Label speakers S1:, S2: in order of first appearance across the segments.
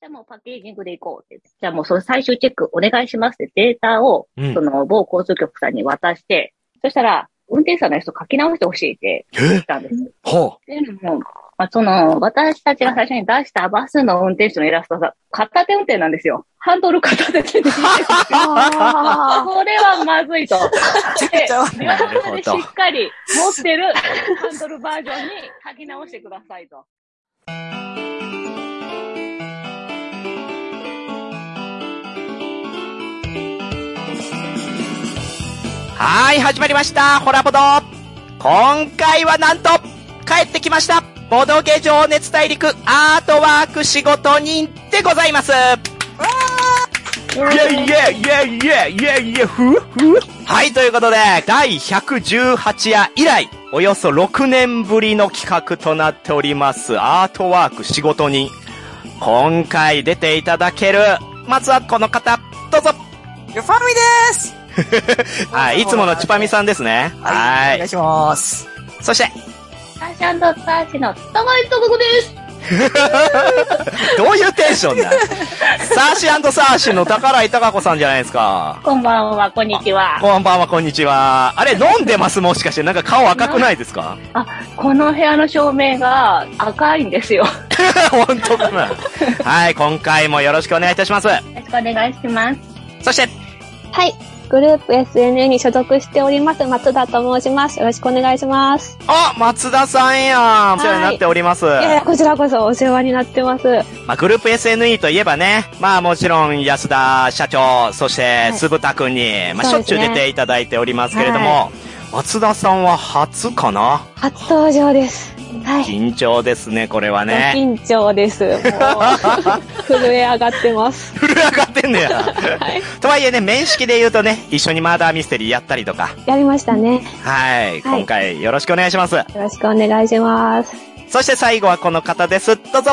S1: じゃあもうパッケージングで行こうって言って。じゃあもうその最終チェックお願いしますってデータを、
S2: うん
S1: その某交通局さんに渡して、そしたら、運転手さんの人書き直してほしいって
S2: え
S1: 来たんです。っ
S2: は
S1: ていうのも、まあ、その、私たちが最初に出したバスの運転手のイラストが、片手運転なんですよ。ハンドル片手で握ってるんですよ。
S3: あ
S1: これはまずいと。で両手でしっかり持ってるハンドルバージョンに書き直してくださいと。
S2: はーい、始まりました、ホラボド今回はなんと、帰ってきましたボドゲ情熱大陸アートワーク仕事人でございますイェイイェイイェイイェイイェイイェイふうふうはい、ということで、第118夜以来、およそ6年ぶりの企画となっております、アートワーク仕事人。今回出ていただける、まずはこの方、どうぞ
S3: ーゆぱみです
S2: はい、いつものチュパミさんですね。は
S3: お願
S2: い
S3: い。します。
S2: そして、
S1: サーシャンドサーシの高いとこです
S2: どういうテンションだサーシサーシの宝井貴子さんじゃないですか。
S1: こんばんは、こんにちは。
S2: こんばんは、こんにちは。あれ、飲んでますもしかして。なんか顔赤くないですか
S1: この部屋の照明が赤いんですよ。よ
S2: 本当かなはい、今回もよろしくお願いいたします。
S1: ろしくお願いします。
S2: そして、
S4: はい。グループ SNA に所属しております、松田と申します。よろしくお願いします。
S2: あ、松田さんやん。お世話になっております。
S4: いやいや、こちらこそお世話になってます。は
S2: まあ、グループ SNE といえばね、まあもちろん安田社長、そして
S4: い
S2: 鈴田くんに、まあし
S4: そ
S2: ょ
S4: う
S2: っ
S4: で
S2: ちゅう
S4: すね
S2: 出ていただいておりますけれども、松田さんは初かな
S4: 初登場です。はい。
S2: 緊張ですね、これはね。
S4: 緊張です。もう震え上がってます。
S2: 震え上がってんねや。
S4: はい。
S2: とはいえね、面識で言うとね、一緒にマーダーミステリーやったりとか。
S4: やりましたね。
S2: はい。
S4: はい
S2: 今回よろしくお願いします。
S4: よろしくお願いします。
S2: そして最後はこの方です。どうぞ。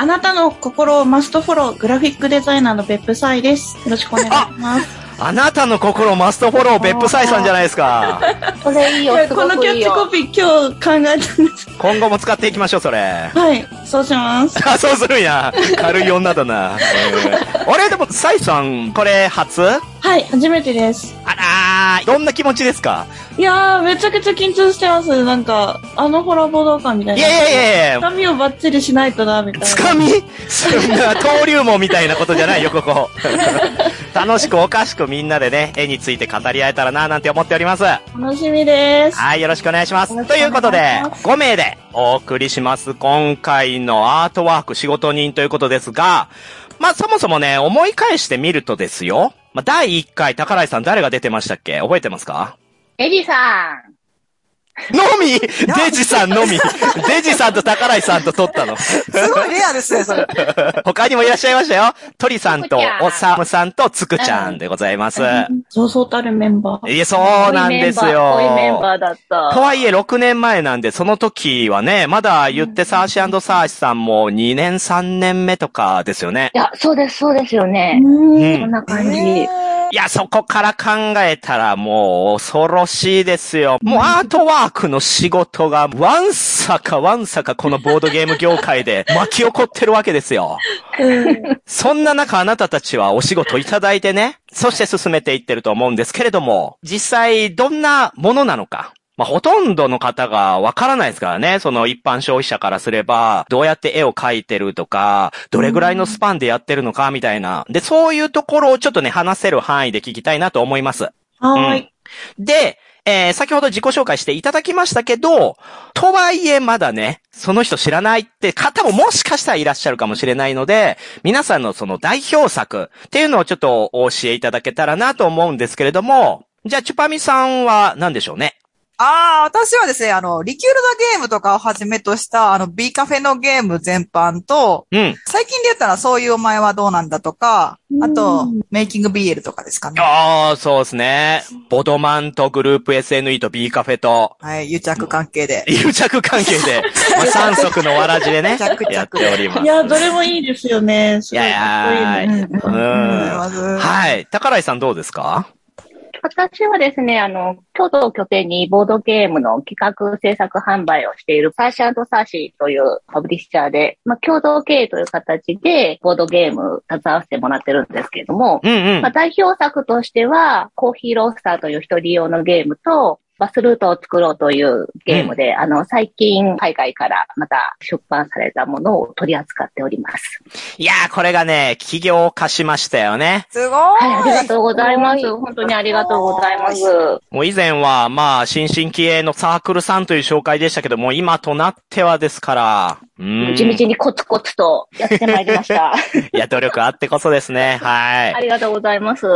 S5: あなたの心をマストフォロー、グラフィックデザイナーの別府サイです。よろしくお願いします。
S2: あなたの心をマストフォロー、別府サイさんじゃないですか。
S1: これいい
S5: こ
S1: よ、すご
S5: の
S1: く
S5: キャ
S1: い
S5: ッ
S1: い
S5: チコ
S1: よ。
S5: ピー今日考えたんです。
S2: 今後も使っていきましょう、それ。
S5: はい、そうします。
S2: あ、そうするんや。軽い女だな。えーあれ、でも、サイさん、これ、初あ
S5: はい、初めてです。
S2: らー、どんな気持ちですか
S5: いやー、めちゃくちゃ緊張してます。なんか、あのホラボ動感みた
S2: い
S5: いな。
S2: やいやいやいや、
S5: 掴みをバッチリしないとな、みたいな。
S2: つかみそんな、登竜門みたいなことじゃ ないよ、ここ。楽しくおかしくみんなでね、絵について語り合えたらな、なんて思っております。
S5: 楽しみです。
S2: はい、よろしくお願いします。
S5: よろしく
S2: と
S5: お
S2: い
S5: 願いし
S2: う
S5: ま
S2: こ
S5: す
S2: とで、5名でお送りします。今回のアートワーク仕事人ということですが、まあ、そもそもね、思い返してみるとですよ。まあ、第1回、宝井さん誰が出てましたっけ覚えてますか
S1: エリさん。
S2: の みデジさんのみデジさんと宝井さんと撮ったの。
S3: すごいレアですね、それ。
S2: 他にもいらっしゃいましたよ。鳥さん
S1: つ
S2: と
S1: くちゃん
S2: おさむさんとつくちゃんでございます。
S5: そうそうたるメンバー。
S2: いや、そうなんですよ。
S1: こういうメンバーだっ
S2: と
S1: た。
S2: はいえ、6年前なんで、その時はね、まだ言ってサーシサーシさんも2年、3年目とかですよね。
S1: いや、そうです、そうですよね。
S2: う
S5: うん。
S1: こん
S2: ん。
S1: な感じ。
S2: いや、そこから考えたらもう恐ろしいですよ。もうアートワークの仕事がわんさかわんさかこのボードゲーム業界で巻き起こってるわけですよ。そんな中あなたたちはお仕事いただいてね、そして進めていってると思うんですけれども、実際どんなものなのか。まあ、ほとんどの方がわからないですからね。その一般消費者からすれば、どうやって絵を描いてるとか、どれぐらいのスパンでやってるのか、みたいな。で、そういうところをちょっとね、話せる範囲で聞きたいなと思います。
S5: はーい。
S2: で、えー先ほど自己紹介していただきましたけど、とはいえまだね、その人知らないって方ももしかしたらいらっしゃるかもしれないので、皆さんのその代表作っていうのをちょっとお教えいただけたらなと思うんですけれども、じゃあ、チュパミさんは何でしょうね
S3: ああ、私はですね、あの、リキュールドゲームとかをはじめとした、あの、B カフェのゲーム全般と、
S2: うん。
S3: 最近で言ったらそういうお前はどうなんだとか、あと、メイキング BL とかですかね。
S2: ああ、そうですね。ボドマンとグループ SNE と B カフェと、
S3: はい、癒着関係で。
S2: 癒着関係 で、まあ、三足のわらじでね
S3: 着、々
S2: やっております。
S5: いや、どれもいいですよね。すごいかっこいい
S2: い
S5: ね。
S2: やいや
S5: うん
S2: う
S3: うん
S2: ん。
S3: まず
S2: はい。宝井さんどうですか
S1: 私はですね、あの、京都を拠点にボードゲームの企画制作販売をしているサーシャサーシーというパブリッシャーで、まあ、共同経営という形でボードゲーム携わらせてもらってるんですけれども、
S2: うんうん
S1: まあ、。代表作としては、コーヒーロースターという一人用のゲームと、バスルートを作ろうというゲームで、あの、最近海外からまた出版されたものを取り扱っております。
S2: いやー、これがね、企業化しましたよね。
S3: すご
S1: はい、ありが
S3: い。
S1: とうございますす。本当にありがとうございます。
S2: もう以前は、まあ、新進気鋭のサークルさんという紹介でしたけども、今となってはですから、うーん。
S1: 地道にコツコツとやってまいりました。
S2: いや、努力あってこそですね。は
S1: あ
S2: い。
S1: りがとうございます。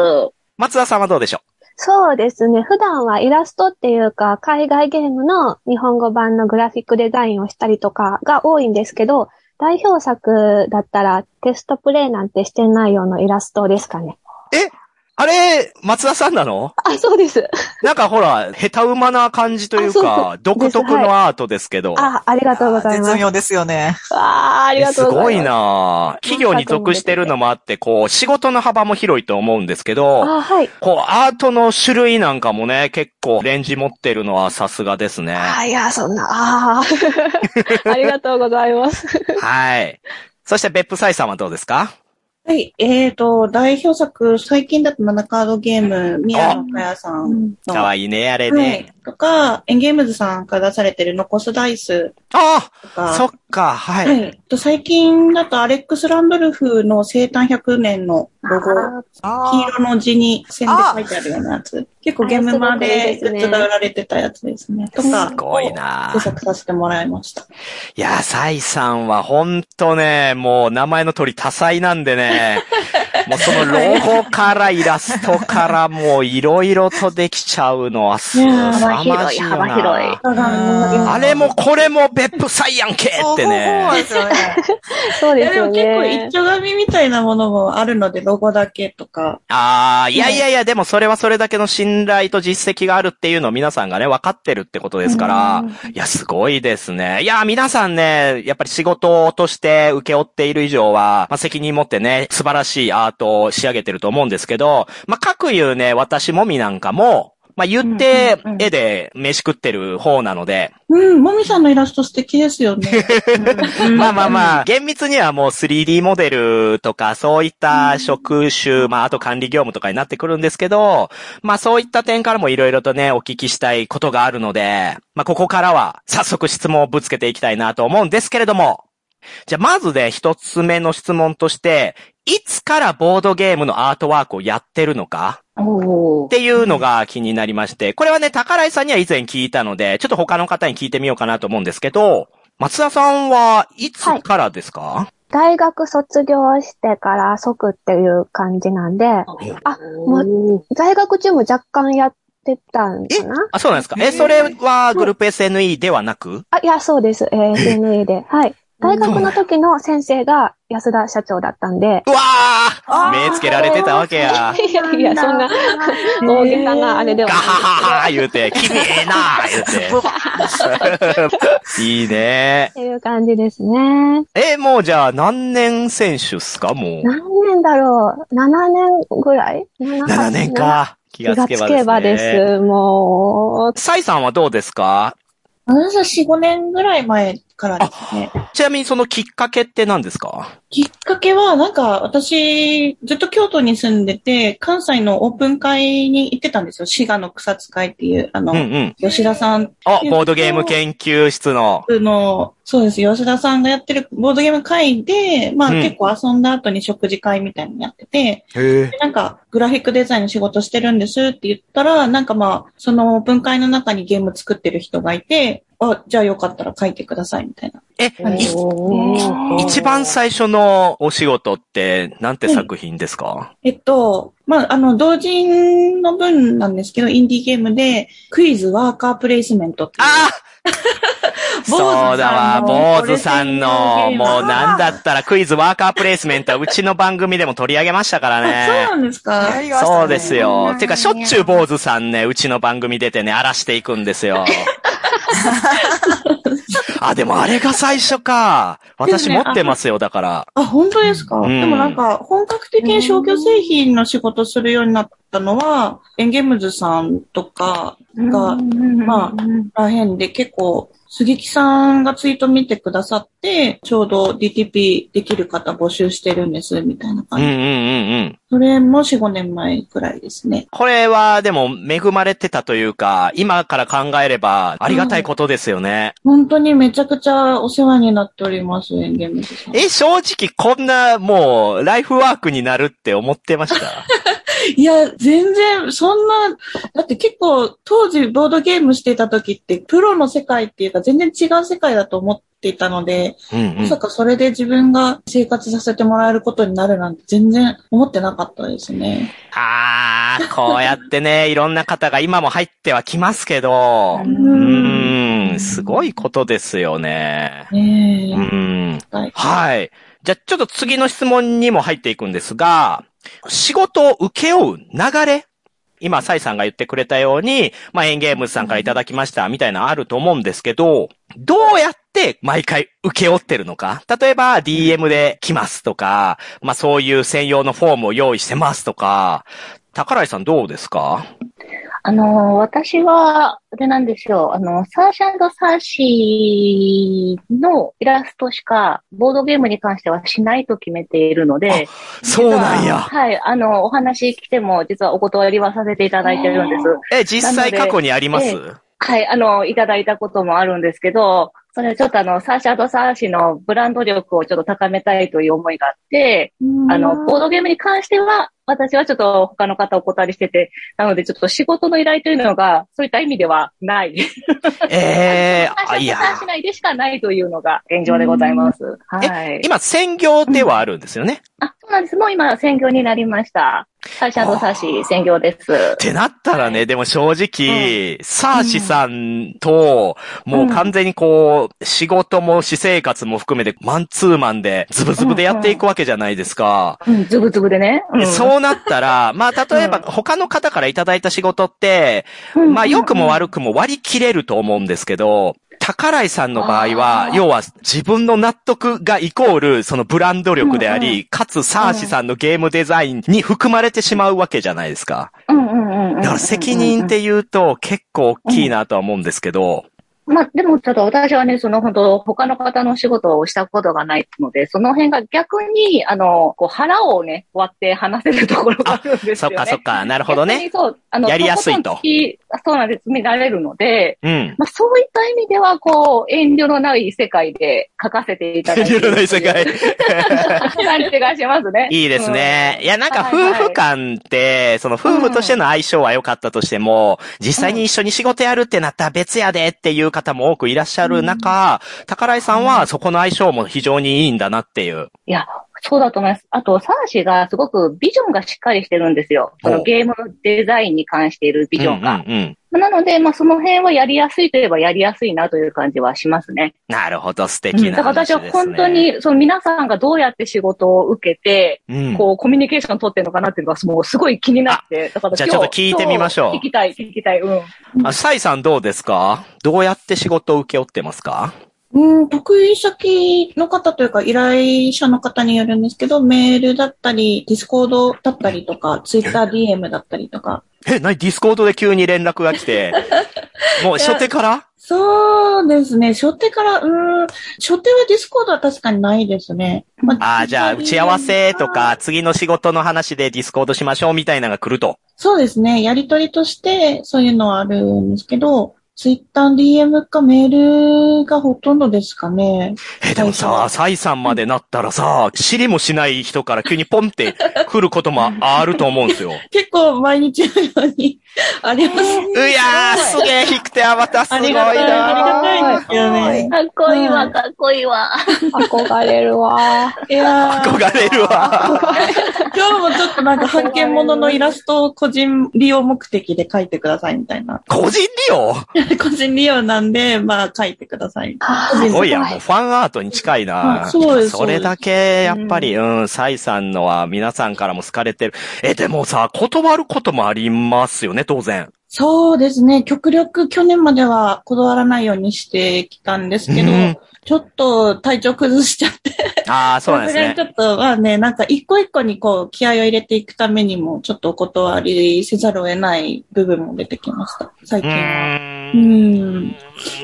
S2: 松田さんはどうでしょ
S4: そうですね。普段はイラストっていうか、海外ゲームの日本語版のグラフィックデザインをしたりとかが多いんですけど、代表作だったらテストプレイなんてしてないようなイラストですかね。
S2: うえあれ、松田さんなの
S4: あ、そうです。
S2: なんかほら、下手馬な感じという
S4: あそう
S2: か、独特
S4: です
S2: のアートですけど。
S4: あ、ありがとうございます。
S3: 絶妙ですよね。
S4: わあ、ありが
S2: す
S4: とうご
S2: ご
S4: ざい
S2: い
S4: ます。
S2: なあ企業に属してるのもあって、こう、仕事の幅も広いと思うんですけど、
S4: あ、はい。
S2: こう、アートの種類なんかもね、結構レンジ持ってるのはさすがですね。
S4: あ、いや、そんな、あ あ。ありがとうございます。
S2: はい。そして、別府サイさんはどうですか
S5: はい、えーと、代表作、最近だと7カードゲーム、宮野佳代さんの。
S2: かわいいね、あれ
S5: は
S2: ね。
S5: い。とか、エンゲームズさんから出されてる残すダイス
S2: あ
S5: と
S2: あ
S5: か。
S2: そっか、は。
S5: はいい。と最近だとアレックス・ランドルフの生誕100年のロゴ、黄
S3: あ
S5: 色の字に線で書いてあるようなやつ。結構ゲームマでグッズが売られてたやつですね。とか、
S2: すごいな
S5: 制作させてもらいました。
S2: いや、サイさんはほんとね、もう名前の通り多彩なんでね、もうそのロゴからイラストからもういろいろとできちゃうのはす
S1: 幅
S2: さま
S1: 広
S2: じ
S1: い
S2: いよ
S1: 幅広い
S2: な。
S5: ただ
S3: うん
S2: あれもこれも別府サイやんけ
S3: あ。
S2: ってね。
S3: そうそうですよね。
S4: そう
S5: い
S4: で
S5: や
S4: す
S5: で
S4: よ
S5: も結構一
S4: ね。
S5: 丁紙みたいなものもあるので、ロゴだけとか。
S2: ああ、いやいやいや、でもそれはそれだけの信頼と実績があるっていうのを皆さんがね、分かってるってことですから、いや、すごいですね。いや、皆さんね、やっぱり仕事として請け負っている以上は、まあ、責任持ってね、素晴らしいアートを仕上げてると思うんですけど、まあ、各言うね、私もみなんかも、まあ、言って
S5: うんうんう、ん
S2: 絵で飯食ってる方なので、
S5: うん、もみさんのイラスト素敵です よね。
S2: まあまあまあ、厳密にはもう 3D モデルとか、そういった職種、まああと管理業務とかになってくるんですけど、まあそういった点からもいろいろとね、お聞きしたいことがあるので、まあここからは早速質問をぶつけていきたいなと思うんですけれども、じゃあまずね、一つ目の質問として、いつからボードゲームのアートワークをやってるのか
S1: お
S2: っ
S1: ー
S2: ていうのが気になりまして、これはね、宝井さんには以前聞いたので、ちょっと他の方に聞いてみようかなと思うんですけど、松田さんはいつからですか、
S4: 大学卒業してから即っていう感じなんで、あ
S1: も
S4: 在学中も若干やってたんかな
S2: あ、そうなんですか。え、それはグループ SNE ではなく
S4: あ、いや、そうです。えー SNE で。はい。大学の時の先生が安田社長だったんで。
S2: うわ
S3: あ
S2: ー
S3: ー
S2: 目つけられてたわけや。
S4: いやいや、そんな 大げさなあれでは
S2: ガ
S4: ない。
S2: ハハハ言うて、きれいな 言う て。いいね
S4: っていう感じですね。
S2: え、もうじゃあ何年選手っすかもう。
S4: 何年だろう ?7 年ぐらい ?7
S2: 7年。か。気
S4: 気
S2: が
S4: が
S2: つ
S4: つ
S2: けばです、ね。
S4: けばです。もう、
S2: サイさんはどうですか
S5: 私は4、5年ぐらい前からですね。
S2: ちなみにそのきっかけって何ですか
S5: きっかけは、なんか、私、ずっと京都に住んでて、関西のオープン会に行ってたんですよ。滋賀の草津会っていう、あの、
S2: うんうん。
S5: 吉田さん
S2: あ、ボードゲーム研究室の。
S5: の、そうです、吉田さんがやってるボードゲーム会で、まあ、
S2: うん
S5: 結構遊んだ後に食事会みたいになってて、
S2: へえ。
S5: なんか、グラフィックデザインの仕事してるんですって言ったら、なんかまあ、そのオープン会の中にゲーム作ってる人がいて、あ、じゃあよかったら書いてください、みたいな。
S2: え、
S5: 感じ
S2: い一番最初のお仕事って、なんて作品ですか、
S5: えっと、まあ、あの、同人の分なんですけど、インディーゲームで、クイズワーカープレイスメントっていう。
S2: ああ
S5: 坊主さんの
S2: そうだわ、坊主さん
S5: これ専用
S2: の、
S5: ゲーム
S2: もうなんだったらクイズワーカープレイスメントはうちの番組でも取り上げましたから
S5: そう
S2: ね。
S5: なんですか
S3: やりましたね
S2: そうですよ。てか、しょっちゅう
S5: ボ
S2: 坊主さんね、うちの番組出てね、荒らしていくんですよ。あ、でもあれが最初か。私
S5: です
S2: 持
S5: ね
S2: ってますよ、だから。
S5: あ、本当ですか、
S2: うん
S5: でもなんか、本格的に消去製品の仕事するようになったのは、エンゲムズさんとかが、まらへんで結構、杉木さんがツイート見てくださって、ちょうど DTP できる方募集してるんです、みたいな
S2: うん
S5: 感
S2: うん
S5: じ。
S2: うんうん。
S5: それも4、5年前くらいですね。
S2: これは、でも、恵まれてたというか、今から考えれば、ありがたいことですよね。
S5: 本当にめちゃくちゃお世話になっております、エンゲムズさん。
S2: え、正直、こんな、もう、ライフワークになるって思ってま した。
S5: いや、全然、そんな、だって結構、当時ボードゲームしてた時って、プロの世界っていうか、全然違う世界だと思っていたので、
S2: うんう
S5: ま
S2: ん
S5: さ。かそれで自分が生活させてもらえることになるなんて全然思ってなかったですね。
S2: あー、こうやって ね、いろんな方が今も入ってはきますけど、
S5: う
S2: う
S5: ね
S2: ーん、すごいことですよね。
S5: え
S2: うーん。
S5: はい
S2: はい。じゃあ、ちょっと次の質問にも入っていくんですが、仕事を請け負う流れ今、サイさんが言ってくれたように、まあ、エンゲームズさんからいただきました、みたいなのあると思うんですけど、どうやって毎回請け負ってるのか例えば、DM で来ますとか、まあ、そういう専用のフォームを用意してますとか、宝井さんどうですか
S1: あの、私は、あれなんですよ。あの、サーシャンドサーシーのイラストしか、ボードゲームに関してはしないと決めているので、
S2: そうなんや。
S1: はい、あの、お話来ても、実はお断りはさせていただいてるんです。
S2: え、実際過去にあります
S1: なはい、あの、いただいたこともあるんですけど、それちょっとあの、サーシャドサーシのブランド力をちょっと高めたいという思いがあって、あの、ボードゲームに関しては、私はちょっと他の方お断りしてて、なのでちょっと仕事の依頼というのが、そういった意味ではない。
S2: えー、
S1: サ
S2: あ、
S1: ー
S2: い
S1: シャ
S2: や
S1: ドサ。ーシ内でしかないというのが現状でございます。はい。
S2: 今、専業ではあるんですよね。
S1: あ、そうなんです。もう今、専業になりました。サーシャドサーシ専業です
S2: っ。てなったらね、でも正直、サーシさんと、もう完全にこう、仕事も私生活も含めて、マンツーマンで、ズブズブでやっていくわけじゃないですか。
S1: うん、ズブズブでね。うん
S2: そうなったら、まあ、例えば他の方からいただいた仕事って、
S1: うん
S2: まあ、良くも悪くも割り切れると思うんですけど、宝井さんの場合は
S1: あ、ー
S2: 要は自分の納得がイコール、そのブランド力で
S1: う
S2: あ
S1: ん
S2: り、かつサーシさんのゲームデザインに含まれてしまうわけじゃないですか。
S1: うんうんうんうんうん
S2: だから責任って言うと結構大きいなとは思うんですけど、
S1: まあ、でもちょっと私はね、その本当、他の方の仕事をしたことがないので、その辺が逆に、あの、こう腹をね、割って話せるところがあるんですよね。
S2: そっかそっか、なるほど
S1: 逆
S2: ね。
S1: にそう、あの、
S2: やりやすいと
S1: ここ突きそうなんです、詰められるので、
S2: うん。
S1: まあ、そういった意味では、こう、遠慮のない世界で書かせていただいている。
S2: 緩ない世界。
S1: 感じがしますね。
S2: いいですね。いや、なんか
S1: はいはい
S2: 夫婦間って、その夫婦としての相性は良かったとしても、実際に一緒に仕事やるってなったら別やでっていう方も多くいらっしゃる中、宝井さんはそこの相性も非常にいいんだなっていう。
S1: そうだと思います。あと、サーシがすごくビジョンがしっかりしてるんですよ。そ
S2: お
S1: のゲームのデザインに関しているビジョンが。
S2: うんうんうん。
S1: なので、まあ、その辺はやりやすいといえばやりやすいなという感じはしますね。
S2: なるほど、素
S1: うん
S2: 敵
S1: だ
S2: な
S1: から
S2: 話
S1: 私
S2: です、
S1: は
S2: ね。
S1: 本当、に、その皆さんがどうやって仕事を受けて、
S2: うん、
S1: こう、コミュニケーション取ってるのかなっていうのが、もうすごい気になって、だから
S2: じゃあちょっと聞いてみましょう
S1: 今日聞きたい、聞きたい、うん。
S2: あサイさんどうですかどうやって仕事を請け負ってますか
S5: うん、得意先の方というか依頼者の方によるんですけど、メールだったり、ディスコードだったりとか、ツイッター DM だったりとか。
S2: え、なにディスコードで急に連絡が来 て、もう初手から
S5: そうですね。初手から、うーん、初手はディスコードは確かにないですね。ま
S2: ああ、じゃあ、打ち合わせと。か、次の仕事の話でディスコードしましょうみたいなのが来ると。
S5: そうですね。やりとりとして、そういうのはあるんですけど、ツイッター DM かメールがほとんどですかね。
S2: え、でもさ、サイさんまでなったらさ、知りもしない人から急にポンって来ることもあると思うん ですよ。
S5: 結構毎日のように あります。
S2: うやー、すげえ、低くてアバターす
S5: あ
S2: ごい
S5: りがたい、
S2: なー。
S5: ありがたいですよね。
S1: かっこいい
S5: は
S1: わ、
S5: い
S1: かっこいいわ。
S4: 憧れるわ。
S5: いやー
S2: 憧れるわ。
S5: 今日もちょっとなんか発見物のイラストを個人利用目的で描いてくださいみたいな。
S2: 個人利用
S5: 個人利用なんで、まあ描いてください。
S2: すごいやん、もうファンアートに近いな。
S5: あそうです
S2: それだけ、やっぱり、うん、サイさんのは皆さんからも好かれてる。え、でもさ、断ることもありますよね、当然。
S5: そうですね。極力去年まではこだわらないようにしてきたんですけど、
S2: うん
S5: ちょっと体調崩しちゃって、
S2: ああ、そうなんです
S5: さ
S2: ね
S5: す。がにちょっと、まあね、なんか一個一個にこう気合を入れていくためにも、ちょっとお断りせざるを得ない部分も出てきました。最
S2: う
S5: 近は。
S2: ー。
S5: うんん。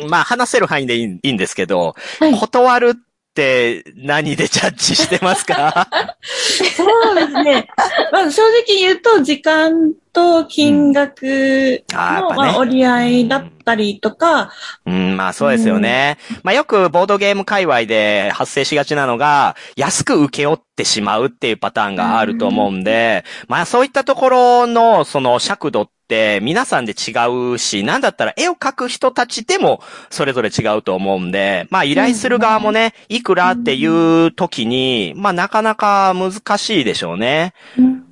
S2: まあ、話せる範囲でいいいいんですけど、
S5: はい
S2: 断るって何でジャッジしてますか
S5: そうですね。 まあ正直言うと、時間と金額
S2: うん
S5: の、
S2: あーやっぱね
S5: まあ、折り合いだったりとか、
S2: うん、まあそうですよね。まあよくボードゲーム界隈で発生しがちなのが、安く請け負ってしまうっていうパターンがあると思うんで、まあそういったところのその尺度って皆さんで違うし、なんだったら絵を描く人たちでもそれぞれ違うと思うんで、まあ依頼する側もね、いくらっていう時に、まあなかなか難しいでしょうね。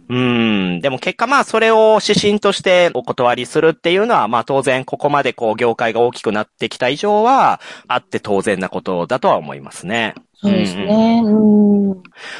S2: うん。でも結果まあそれを指針としてお断りするっていうのはまあ当然ここまでこう業界が大きくなってきた以上はあって当然なことだとは思いますね。
S5: そうですね。うん。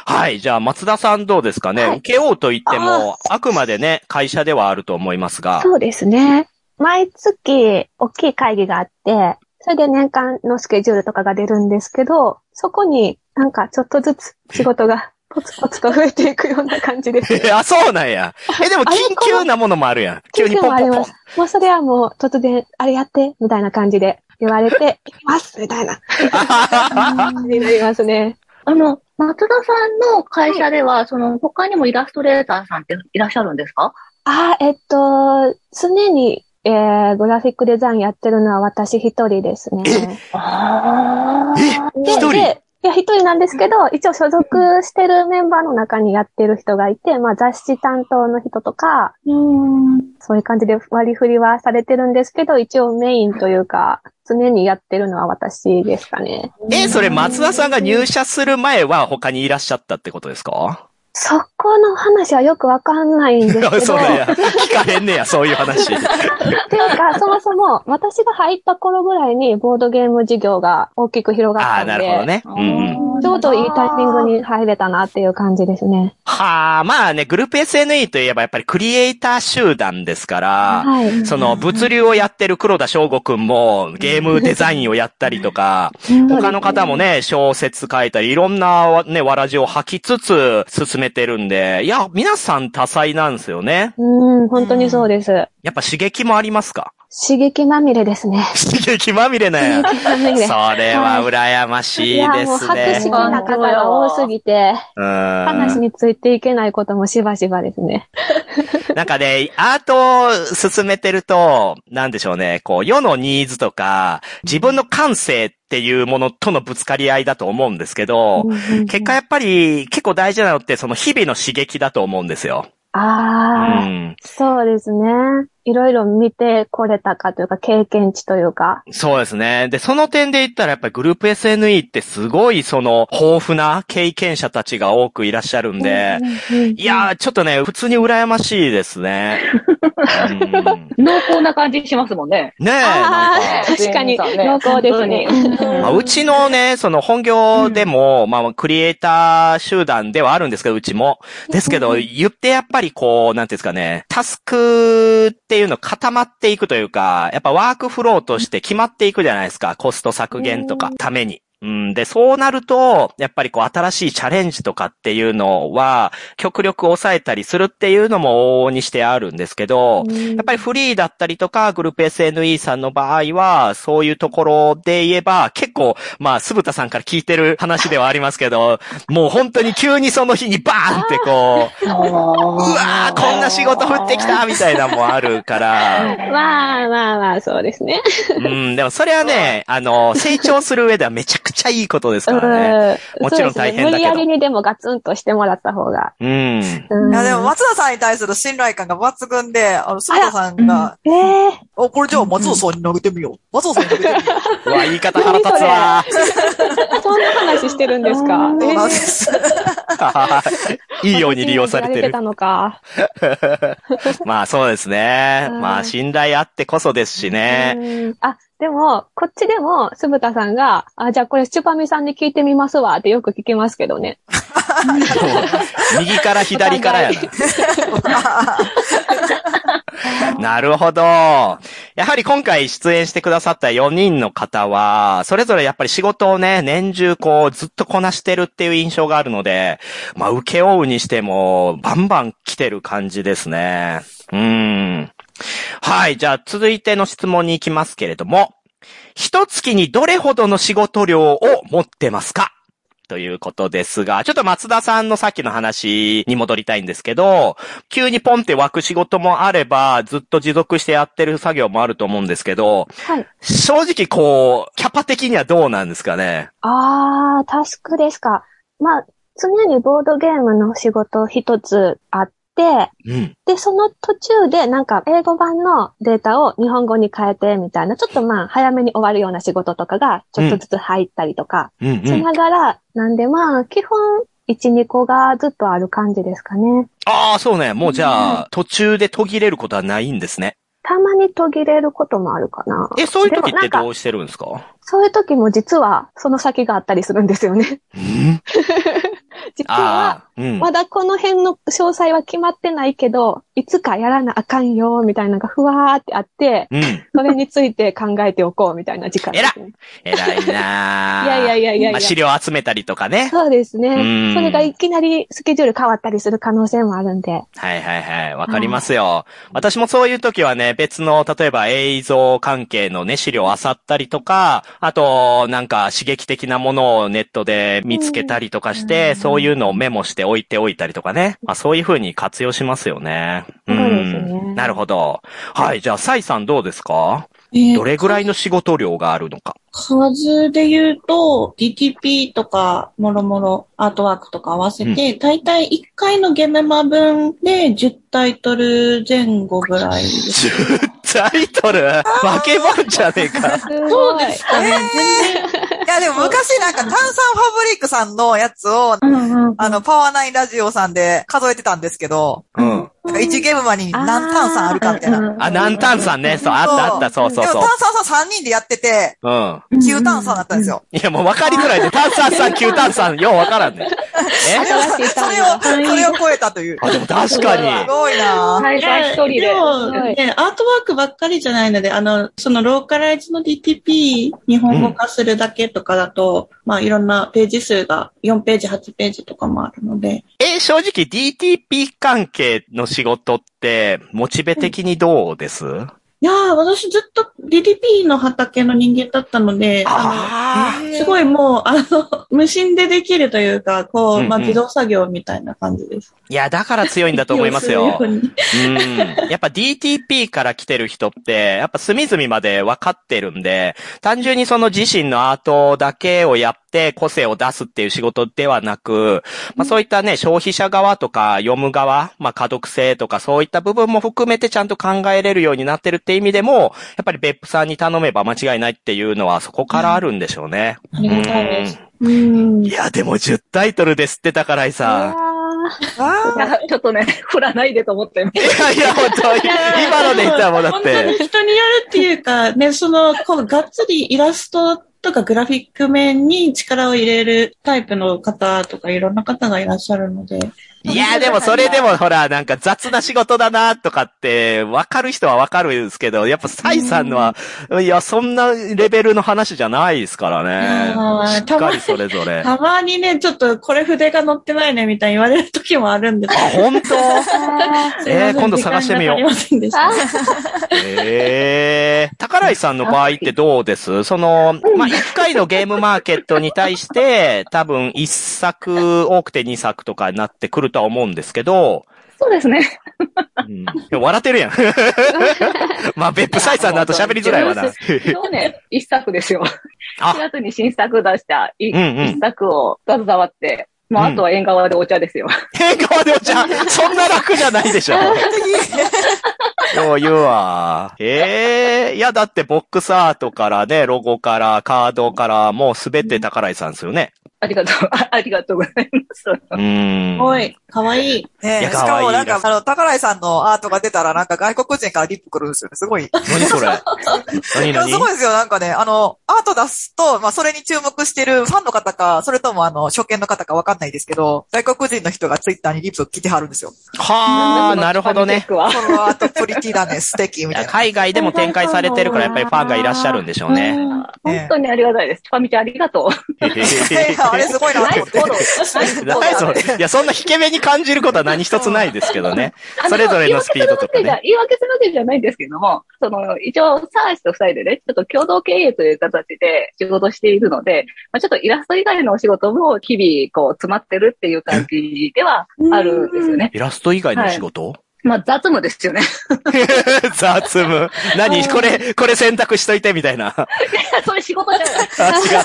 S2: はい。じゃあ松田さんどうですかね、
S4: はい
S2: 受けようと言ってもあくまでね会社ではあると思いますが。
S4: そうですね。毎月大きい会議があって、それで年間のスケジュールとかが出るんですけど、そこになんかちょっとずつ仕 事がポツポツと増えていくような感じです。
S2: あ、そうなんや。え、でも
S4: あ
S2: 緊急なものもあるやん。 急に
S4: 緊急
S2: ポ
S4: も
S2: ン
S4: あ
S2: ポ
S4: り
S2: ンポ
S4: ま
S2: ン
S4: す。。もうそれはもう突然、あれやって、みたいな感じで言われて、行きますみたいな感じになりま すね。
S1: あの、松田さんの会社では、その、他にもイラストレーターさんっていらっしゃるんですか
S4: あーえっと、常に、えー、グラフィックデザインやってるのは私一人ですね。
S1: ああ。
S4: で
S2: 一人
S4: でいや、一人なんですけど、一応所属してるメンバーの中にやってる人がいて、まあ雑誌担当の人とか、そういう感じで割り振りはされてるんですけど、一応メインというか、常にやってるのは私ですかね。
S2: え、それ松田さんが入社する前は他にいらっしゃったってことですか
S4: そこの話はよくわかんないんですけ ど、
S2: そうなんや。聞かへんねや、そういう 話。
S4: っていうか、そもそも私が入った頃ぐらいにボードゲーム事業が大きく広が
S2: ああ、
S4: ったん
S2: な
S4: で、
S2: るほどね。うんうん。
S4: ちょうどいいタイミングに入れたなっていう感じですね。
S2: はあ、まあね、グループ SNE といえばやっぱりクリエイター集団ですから、
S4: はい。
S2: その物流をやってる黒田翔吾くんもゲームデザインをやったりとか、他の方もね、小説書いたり、いろんなね、わらじを吐きつつ進めてるんで、いや、皆さん多彩なんですよね。
S4: うん、本当にそうです。
S2: やっぱ刺激もありますか
S4: 刺激まみれですね。
S2: 刺激まみれなんや。
S4: 刺激まみ
S2: そ
S4: れ。
S2: れは羨ましい
S4: や、
S2: で
S4: もう
S2: す
S4: 拍手
S2: ね。
S4: な方が多すぎて、
S2: うん
S4: 話についていけないこともしばしばですね。
S2: なんかね、アートを進めてると、なんでしょうね、こう、世のニーズとか、自分の感性っていうものとのぶつかり合いだと思うんですけど、結果やっぱり結構大事なのって、その日々の刺激だと思うんですよ。う
S4: ああ、
S2: ん。
S4: そうですね。いろいろ見てこれたかというか、経験値というか。
S2: そうですね。で、その点で言ったらやっぱりグループ SNE ってすごいその豊富な経験者たちが多くいらっしゃるんで、いやー、ちょっとね、普通に羨ましいですね。うん
S1: 濃厚な感じしますもんね。
S2: ねえ、なんか
S4: あ。ー確か
S1: 全員
S4: に、
S1: さんね
S4: 濃厚ですね。
S2: まあ、うちのね、その本業でも、まあ、クリエイター集団ではあるんですけど、うちも。ですけど、言ってやっぱりこう、なんていうんですかね、タスクっていうの固まっていくというか、やっぱワークフローとして決まっていくじゃないですか、コスト削減とか、ために。うん、で、そうなると、やっぱりこう、新しいチャレンジとかっていうのは、極力抑えたりするっていうのも往々にしてあるんですけど、やっぱりフリーだったりとか、グループ SNE さんの場合は、そういうところで言えば、結構、まあ、鈴田さんから聞いてる話ではありますけど、もう本当に急にその日にバーンってこう、
S1: う
S2: うわ
S1: わ
S2: ー、こんな仕事降ってきたみたいなのもあるから、
S4: まあまあまあ、そうですね。
S2: うん、でもそれはね、あの、成長する上ではめちゃくちゃいいことですからね。
S4: うん
S2: もちろん大変だけど
S4: そうですね無理やりにでもガツンとしてもらった方が。
S2: うん。
S4: うん
S3: いや、でも、松田さんに対する信頼感が抜群で、あの、須田さんが、
S4: ええ
S3: お、これじゃあ松田さんに投げてみよう。松田さんに投げてみよう。
S2: うわ、言い方腹立つわ。
S4: そんな話してるんですか
S3: そうなんです。
S2: いいように利用されて
S4: やれて
S2: る。
S4: たのか。
S2: まあそうですね。
S4: うん
S2: まあ信頼あってこそですしね。
S4: うんあ、でも、こっちでも、すぶたさんが、あ、じゃあこれ、チュパミさんに聞いてみますわ、ってよく聞きますけどね。
S2: 右から左からやな。なるほど。やはり今回出演してくださった4人の方は、それぞれやっぱり仕事をね、年中こうずっとこなしてるっていう印象があるので、まあ受け負うにしても、バンバン来てる感じですね。うん。はい。じゃあ続いての質問に行きますけれども、一月にどれほどの仕事量を持ってますかということですが、ちょっと松田さんのさっきの話に戻りたいんですけど、急にポンって湧く仕事もあれば、ずっと持続してやってる作業もあると思うんですけど、
S4: はい。
S2: 正直こう、キャパ的にはどうなんですかね
S4: あー、タスクですか。まあ、常にボードゲームの仕事一つあって、
S2: うん。
S4: で、その途中でなんか英語版のデータを日本語に変えてみたいな、ちょっとまあ早めに終わるような仕事とかがちょっとずつ入ったりとか、
S2: うん、う
S4: し
S2: ん。
S4: ながら、なんでまあ基本1、2個がずっとある感じですかね。
S2: ああ、そうね。もうじゃあ、途中で途切れることはないんですね。
S4: たまに途切れることもあるかな。
S2: え、そういう時
S4: で
S2: っ
S4: もな
S2: て
S4: んか
S2: どうしてるんですか
S4: そういう時も実はその先があったりするんです よね。
S2: うん
S4: 実は、
S2: ああ、うん。
S4: まだこの辺の詳細は決まってないけど、いつかやらなあかんよ、みたいなのがふわーってあって、
S2: うん。
S4: それについて考えておこう、みたいな時間ですね。
S2: 偉いなあ
S4: いやいやいやいやい
S2: まあ、
S4: や。
S2: 資料集めたりとかね。
S4: そうです
S2: うん
S4: ね。それがいきなりスケジュール変わったりする可能性もあるんで。
S2: はいはいはい。わかりますよ。私もそういう時はね、別の、例えば映像関係のね、資料を漁ったりとか、あと、なんか刺激的なものをネットで見つけたりとかして、
S5: うん
S2: そういうのをメモしておいておいたりとかね。まあそういう風に活用しますよね。ん
S4: そうですね
S2: なるほど。はい。じゃあ、サイさんどうですか
S5: え
S2: どれぐらいの仕事量があるのか。
S5: 数で言うと、DTP とか、もろもろ、アートワークとか合わせて、大体1回のゲメマ分で10タイトル前後ぐらいです。
S2: 10タイトル化け物じゃねえか。
S4: すごい
S5: そうです。かね。
S3: いや、でも昔なんか炭酸ファブリックさんのやつを、
S5: 全然うんうん
S3: あの、パワーナインラジオさんで数えてたんですけど、
S2: うん。
S3: 1ゲームまでに何炭酸あるかみたいな。でも
S2: あ、南炭さんね。そう、あったあった。そうそう
S3: 炭
S2: そう。
S3: 酸さん3人でやってて、
S2: うん。
S3: 9炭酸だったんですよ。
S2: いや、もう分かりづらいで、炭酸さん、旧炭酸、よう分からんね。え
S4: 新しい
S3: そ
S4: 単
S3: れ
S4: 位が
S3: を、それを超えたという。
S2: あ、でも確か
S3: すごいなぁ。
S1: 最初は一人で。
S5: でも、
S4: はい
S5: ね、アートワークばっかりじゃないので、あの、そのローカライズの DTP 日本語化するだけとかだと、まあいろんなページ数が4ページ、8ページとかもあるので、
S2: に。え、正直 DTP 関係の仕事って、モチベ的にどうです
S5: いやー、私ずっと DTP の畑の人間だったので、あ
S2: あ
S5: の、すごいもう、あの、 無心でできるというか、
S2: う
S5: こ
S2: んう
S5: う、
S2: ん
S5: まあ自動作業みたいな感じです。
S2: いや、だから強いんだと思いますよ。
S5: 要るに
S2: うん。やっぱ DTP から来てる人って、やっぱ隅々まで分かってるんで、単純にその自身のアートだけをやって個性を出すっていう仕事ではなく、まあそういったね、消費者側とか読む側、まあ可読性とかそういった部分も含めてちゃんと考えれるようになってるって意味でも、やっぱり別府さんに頼めば間違いないっていうのはそこからあるんでしょうね。
S5: ありがたいです。
S2: うんいや、でも10タイトルですって高井さん。
S1: いやちょっとね、振らないでと思って。
S2: いやいや、本当に。今ので言ったらもうだっ
S5: 本当
S2: て。
S5: に人によるっていうか、ね、その、こう、がっつりイラストとかグラフィック面に力を入れるタイプの方とかいろんな方がいらっしゃるので。
S2: いや、でもそれでもほら、なんか雑な仕事だなとかって、わかる人はわかるんですけど、やっぱサイさんのは、いや、そんなレベルの話じゃないですから
S5: あ
S2: ね。
S5: ー
S2: しっかりそれぞ れ。あ、
S5: たまにね、ちょっとこれ筆が乗ってないねみたいに言われる時もあるんです けど
S2: 本当
S5: すいませ
S2: え
S5: ん
S2: ー今度探してみよう
S5: 時間が足りませんでした
S2: ええ高井さんの場合ってどうですその、まあ、1回のゲームマーケットに対して、多分1作、多くて2作とかになってくるとは思うんですけど、
S1: そうですね。
S2: うん笑ってるやん。 まあ、別府サイさんの後喋りづらいわな。
S1: 去年、一作ですよ。
S2: あ
S1: 4月に新作出したい
S2: うんうん
S1: 一作を携わって、もう
S2: うん
S1: あとは縁側でお茶ですよ。
S2: 変顔でお茶、そんな楽じゃないでしょ。 そう言うわ。ええいや、だってボックスアートからね、ロゴから、カードから、もうすべて宝井さんですよね。
S1: ありがとう、あありがとうございます。
S2: うん。
S5: ごい、かわいい。
S3: ね
S2: い
S3: え
S2: や
S3: しかもなん
S2: 可愛い
S3: か、あの、宝井さんのアートが出たら、なんか外国人からリップ来るんですよね。すごい。
S2: 何そ れ何
S3: いや
S2: 何
S3: すごいですよ。なんかね、あの、アート出すと、まあ、それに注目してるファンの方か、それともあの、初見の方かわかんないですけど、外国人の人がツイッターにリップ来てはるんですよ。
S2: はあ、なるほどね。。
S3: このアートプリティだね、素敵、みたいな。
S2: 海外でも展開されてるからやっぱりファンがいらっしゃるんでしょう ね。
S1: 本当にありがたいです。ファミちゃんありがとう。
S3: いやいやあれすご いな
S1: ナ
S3: と
S1: イ
S3: 思っ
S1: スフォ
S3: て。
S1: ロー。ナイスフォロー
S2: 何それいや、そんな引け目に感じることは何一つないですけどね。それぞれのスピードとかね。
S1: 言い訳するわけじゃないんですけども、その、一応、サーシと二人でね、ちょっと共同経営という形で仕事しているので、まあ、ちょっとイラスト以外のお仕事も日々、こう、詰まってるっていう感じではあるんですよね。
S2: イラスト以外のお仕事、
S1: まあ、雑務ですよね。
S2: 雑務。何これ、これ選択しといてみたいな。あ、
S1: それ仕事じゃない。
S2: 違う。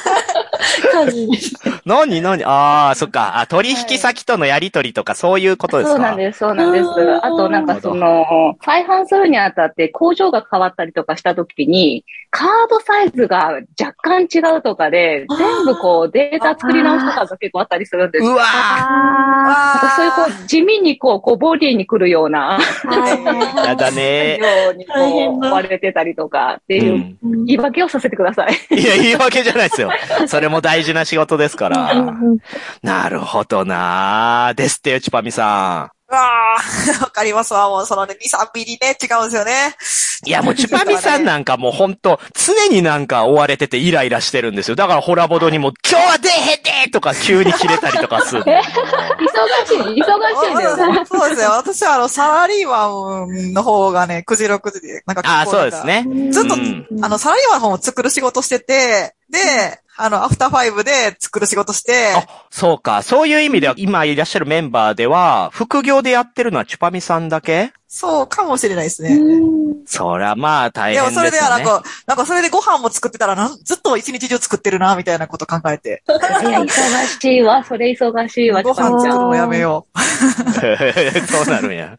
S5: う
S2: 何何ああ、そっか。あ、取引先とのやりとりとか、そういうことですか
S1: そうなんです、そうなんです
S5: あー。
S1: あとなんかその、再販するにあたって工場が変わったりとかした時に、カードサイズが若干違うとかで
S5: あー、
S1: 全部こうデータ作り直しとかが結構あったりするんです
S2: う
S1: よ。
S2: わー
S4: あ
S1: なんかそういうこう、地味にこう、こう、ボディに来るような、
S4: ーはい
S2: やだね
S1: ように
S5: 大
S1: こ
S5: 変
S1: う、
S5: だ
S1: 割れてたりとかっていうう、
S2: ん
S5: ん
S1: 言い訳をさせてください。
S2: いや、言い訳じゃないですよ。それも大事な仕事ですから。
S4: うんうん
S2: なるほどなーですってよ、チュパミさ
S3: うわーわかりますわ。もうそのね、2、3ミリね、違うんですよね。
S2: ん。いや、もうチュパミさんなんかもうほんと、常になんか追われててイライラしてるんですよ。だからホラボドにも、今日は出えへんでとか急に切れたりとかする。
S1: 忙しい、忙しいんだよね。
S3: そうですね。私はあの、サラリーマンの方がね、くじろくじで、なんか
S2: ああ、そうです。ね。
S3: ずっと、
S2: うん
S3: あの、サラリーマンの方を作る仕事してて、で、あの、アフターファイブで作る仕事して、
S2: あ、そうか。そういう意味では、今いらっしゃるメンバーでは、副業でやってるのはチュパミさんだけ
S3: そうかもしれないです
S4: う
S3: ね。
S4: ん
S2: そりゃまあ大
S3: で
S2: 変
S3: も
S2: です
S3: そ
S2: よね。
S3: れではなんか、なんかそれでご飯も作ってたらなん、ずっと一日中作ってるな、みたいなこと考えて。
S1: いや、忙しいわ、それ忙しいわ、
S3: ご飯
S1: ちゃ
S3: 作
S1: ん
S3: るのやめよう。
S2: そうなるんや。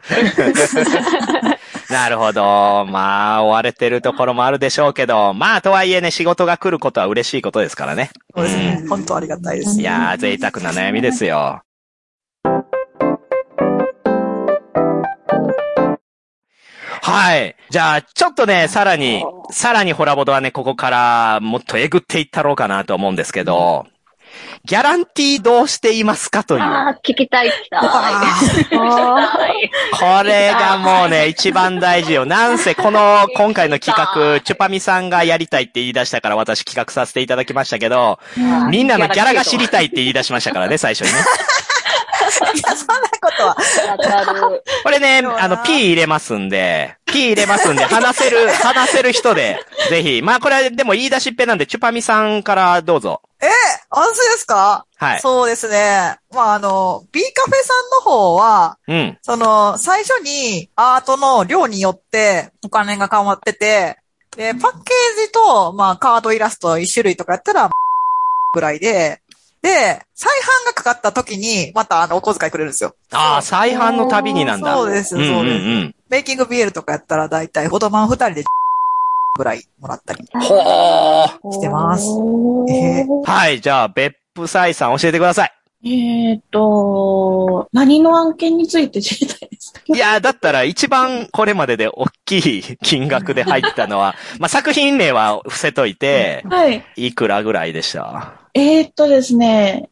S2: なるほど。まあ、追われてるところもあるでしょうけど、まあ、とはいえね、仕事が来ることは嬉しいことですからね。
S3: そうですね
S2: う。
S3: 本当ありがたいです
S2: い。やー、贅沢な悩みですよ。はい。じゃあ、ちょっとね、さらに、さらにホラボドはね、ここからもっとえぐっていったろうかなと思うんですけど、ギャランティーどうしていますかという。
S1: ああ、聞きたい、聞きたい。
S3: あー
S4: あ
S2: これがもうね、一番大事よ。なんせ、この、今回の企画、チュパミさんがやりたいって言い出したから私企画させていただきましたけど、みんなのギャラが知りたいって言い出しましたからね、最初にね。
S3: いや、そんなことは。
S1: わかる。
S2: これね、
S3: そうな
S2: あの、P 入れますんで、P 入れますんで、話せ る、話せる人で、ぜひ。まあこれ、でも言い出しっぺなんで、チュパミさんからどうぞ。
S3: 安心ですか
S2: はい。
S3: そうですね。まあ、あの、B カフェさんの方は、
S2: うん。
S3: その、最初にアートの量によってお金が変わってて、で、パッケージと、まあ、カードイラスト1種類とかやったら、 ぐらいで、で、再販がかかった時に、また、あの、お小遣いくれるんですよ。
S2: ああ、再販の旅になんだ。
S3: そうです、そう
S2: うんうんう
S3: です。
S2: ん。
S3: メイキングビールとかやったら、だいたい、ほどまん2人で、 ぐらいもらったり
S2: ほー。
S3: してます。えへ
S2: はい、じゃあ、別府サイさん教えてください。
S5: えっと、何の案件について知りたいですか
S2: いやー、だったら一番これまでで大きい金額で入ったの は、まあ、作品名は伏せといて、
S5: はい。
S2: いくらぐらいでした
S5: えーっとですね、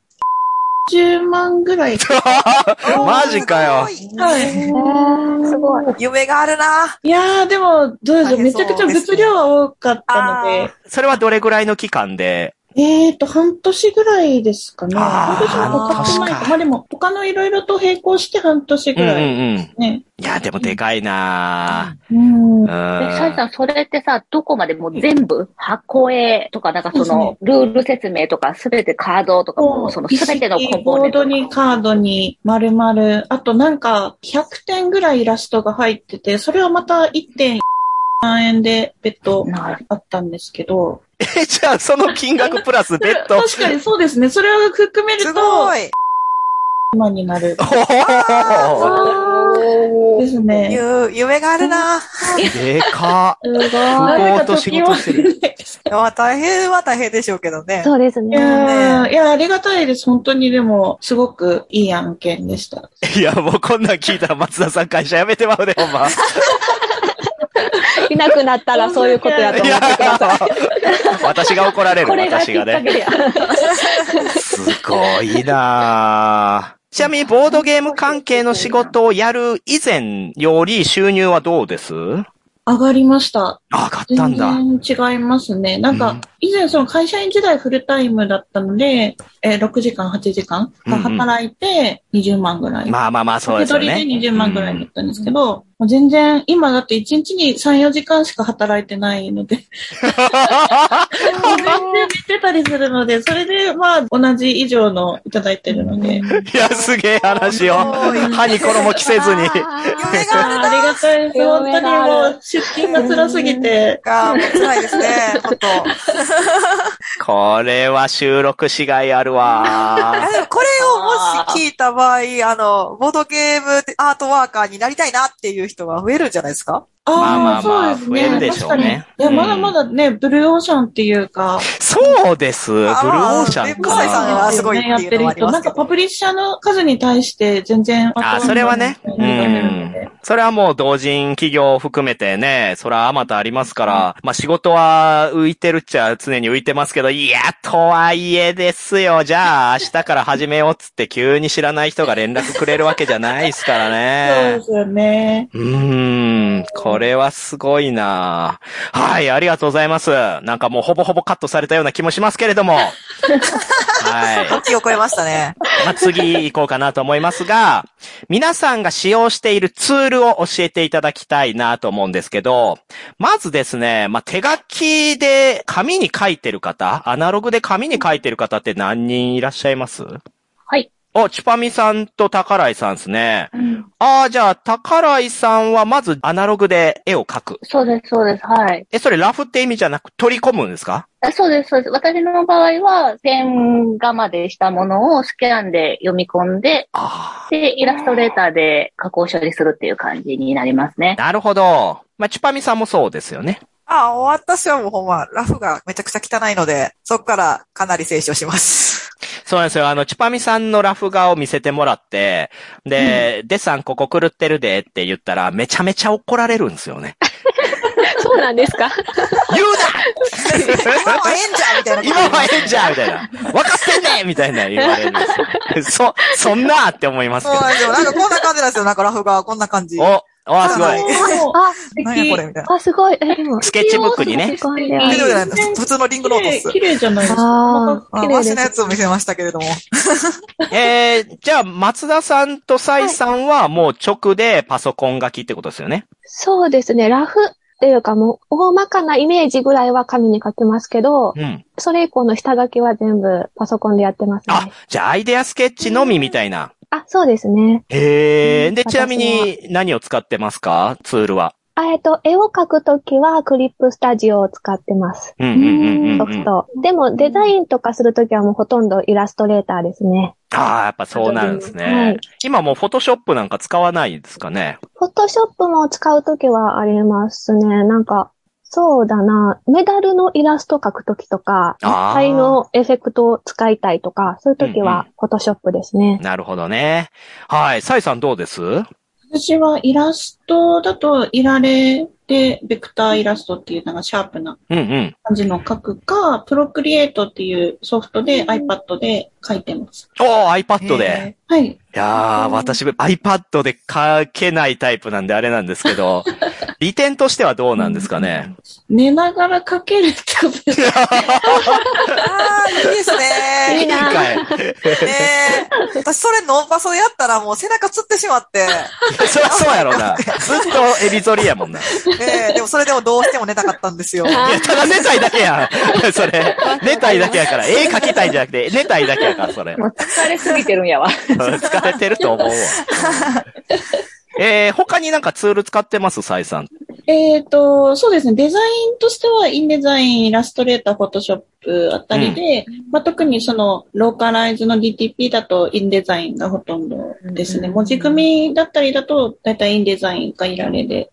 S5: 10万ぐらい。
S2: マジかよ。
S3: すごい
S5: はい。
S4: ーすごい。
S3: 夢があるない
S5: やー、でも、どうでしょ
S3: 大変そう
S5: う
S3: で
S5: め
S3: す
S5: ち
S3: ね
S5: ゃくちゃ物量は多かったの
S3: あ
S5: で、
S2: それはどれぐらいの期間で、
S5: えーっと、半年ぐらいですかね。
S2: あー
S5: 半年も経って
S2: 半年
S5: ない
S2: か
S5: まあでも、他のいろいろと並行して半年
S2: う
S5: ぐ
S2: んうん
S5: らい
S2: うん。い
S5: ね。
S2: やー、でもでかいな
S5: うん。
S2: ー
S1: え、シャイ
S2: うん。
S1: さん、それってさ、どこまでもう全部、箱絵とか、なんかその、ルール説明とか、すべてカードとか、もうその、すべてのコンポー
S5: ボ
S1: ネ
S5: ー
S1: ント
S5: ド
S1: とか。
S5: にカードに丸々、あとなんか100点ぐらいイラストが入ってて、それはまた1.1万円で別途
S1: なる
S5: あったんですけど。
S2: え、じゃあその金額プラス別途。
S5: 確かにそうですね。それを含め
S3: す
S5: ると
S3: ご、い
S5: 今になる。
S2: おー
S5: ですね。
S3: ゆ夢があるな
S2: でか
S4: すごい。
S2: 不幸と仕事してる。
S5: る。
S3: いや大変は大変でしょうけどね。
S4: そうです
S5: い
S4: ね。
S5: やーいや、ありがたいです。本当にでも、すごくいい案件でした。
S2: いや、もうこんなん聞いたら松田さん会社辞めてまうで、ほんま。
S4: いなくなったらそういうことやと
S2: い
S4: 思
S2: や
S4: ってください。
S2: 私が怒られる、
S1: これがき
S2: 私
S1: っ
S2: が
S1: か
S2: ね。
S1: けや。
S2: すごいなぁちなみに、ボードゲーム関係の仕事をやる以前より収入はどうです
S5: 上がりました。
S2: あ、買ったん
S5: 全
S2: だ。
S5: 然違いますね。なん
S2: う
S5: か
S2: ん、
S5: 以前その会社員時代フルタイムだったので、えー6時間、8時間働いて20万ぐらい。
S2: まあまあまあ、そうで
S5: 受け
S2: すよ
S5: 取り
S2: ね。
S5: で20万ぐらいだったんですけど、もう全然、今だって1日に3、4時間しか働いてないので、全然寝てたりするので、それで、まあ、同じ以上のいただいてるので、
S2: いや、すげえ話を。歯に衣着せずに。
S3: 夢
S5: あ
S3: がある
S5: ーありがたいです。本当にもう、出勤が辛すぎて、
S3: が、辛いです ね、本当。い
S2: これは収録しがいあるわ
S3: や。でもこれをもし聞いた場合、あの、ボードゲームアートワーカーになりたいなっていう人が増えるんじゃないですか
S2: まあまあ
S5: あー
S2: まあ
S5: そうです
S2: 増え
S5: ね
S2: るでしょうね
S5: 確かにいや、
S2: うん
S5: まだまだね、ブルーオーシャンっていうか、
S2: そうです。ブル
S3: あー
S2: ーオーシャン
S3: ブルーオーシャンさん
S2: か。
S3: はすごいって
S5: やっ
S3: い
S5: て
S3: うの
S5: る
S3: はあります
S5: 人、な
S3: けど
S5: んかパブリッシャーの数に対して全然
S2: あー、それはね。う
S5: 認めるので
S2: ん。それはもう同人企業を含めてね、それはあまたありますから、まあ仕事は浮いてるっちゃ常に浮いてますけど、いや、とはいえですよ。じゃあ明日から始めようっつって急に知らない人が連絡くれるわけじゃないですから
S5: そう
S2: ね
S5: で。すよね。
S2: うーん、これはすごいなはい、ありがとうございます。なんかもうほぼほぼカットされたような気もしますけれ ども。はい。
S3: 時を超えましたね。
S2: まあ、次行こうかなと思いますが、皆さんが使用しているツールを教えていただきたいなと思うんですけど、まずですね、まあ、手書きで紙に書いてる方、アナログで紙に書いてる方って何人いらっしゃいます
S1: はい。
S2: お、チュパミさんと宝井さんですね。ああ、じゃあ、宝井さんはまずアナログで絵を描く。
S1: そうです、そうです。はい。
S2: え、それラフって意味じゃなく取り込むんですか
S1: あそうです、そうです。私の場合は、ペン画までしたものをスキャンで読み込んで、
S2: あ
S1: で、イラストレーターで加工処理するっていう感じになります
S2: あ。
S1: ね。
S2: なるほど。まあ、チュパミさんもそうですよね。
S3: あ、私はもうほんま、ラフがめちゃくちゃ汚いので、そこからかなり清書します。
S2: そうなんですよ。あの、チュパミさんのラフ画を見せてもらって、で、デッサンここ狂ってるでって言ったら、めちゃめちゃ怒られるんですよ ね。
S4: そうなんです か
S2: 言う
S3: 今
S2: な
S3: はええんじゃんみたいな。
S2: 今はええんじゃんみたいな。分かってんねみたいな言われるんです よ。そ、そんなって思いますけ
S3: そう
S2: ど。
S3: なんですよ。なんかこんな感じなんですよ。なんかラフがこんな感じ。
S2: お、お、すごい。
S5: も
S4: あ、
S5: う
S3: 何やこれみたいな。
S4: あ、すごい。え、でも。
S2: スケッチブックにね
S4: 一応差し込んであ
S3: 大
S4: る
S3: 丈夫じゃないです普通のリングノートっす
S5: 綺麗。綺麗じゃないですか。
S4: あー
S3: あ、
S4: 綺麗
S3: マ
S4: です
S3: シのやつを見せましたけれども。
S2: えー、じゃあ、松田さんとサイさんはもう直でパソコン書きってことですよね。
S4: そうですね。ラフっていうかもう、大まかなイメージぐらいは紙に書きますけど、
S2: うん。
S4: それ以降の下書きは全部パソコンでやってます
S2: あ
S4: ね。、
S2: じゃあ、アイデアスケッチのみみたいな。
S4: あ、そうですね。
S2: へえ。
S4: うん
S2: で、ちなみに何を使ってますかツールは。
S4: あえっと、絵を描くときはクリップスタジオを使ってます。
S2: うんうんうんうんうん
S4: ソフト。でも、デザインとかするときはもうほとんどイラストレーターですね。
S2: ああ、やっぱそうなるんですね。
S4: はい
S2: 今もうフォトショップなんか使わないですかね。
S4: フォトショップも使うときはありますね。なんか、そうだな。メダルのイラスト描くときとか、
S2: あー
S4: 実際のエフェクトを使いたいとか、そういうときはフォトショップですね。
S2: なるほどね。はい。サイさんどうです
S5: 私はイラストだと、イラレで、ベクターイラストっていうなんかシャープな
S2: うんうん。
S5: 感じのを書くか、プロクリエイトっていうソフトで iPad で書いてます。
S2: おー、iPad で。
S5: はい。
S2: いやー、私、iPad で書けないタイプなんであれなんですけ ど、利点としてはどうなんですかね。
S5: 寝ながら書けるってことですね。
S3: ああ、いいです
S4: い
S3: ね。
S4: いな
S2: かい。
S3: ねえ。私それノーパソでやったらもう背中つってしまって。
S2: そりゃそうやろな。ずっとエビゾリやもんな。い
S3: ねえ、でもそれでもどうしても寝たかったんですよ。
S2: や、ただ寝たいだけやん。それ。寝たいだけやから。絵描きたいんじゃなくて、寝たいだけやから、それ。
S1: もう疲れすぎてるんやわ。
S2: 疲れてると思うわ。えー、他になんかツール使ってますサイさん。
S5: えっと、そうですね。デザインとしては、インデザイン、イラストレーター、フォトショップあたりで、まあ、特にその、ローカライズの DTP だと、インデザインがほとんどですね。
S1: うん
S5: 文字組みだったりだと、だいたいインデザインかイラレで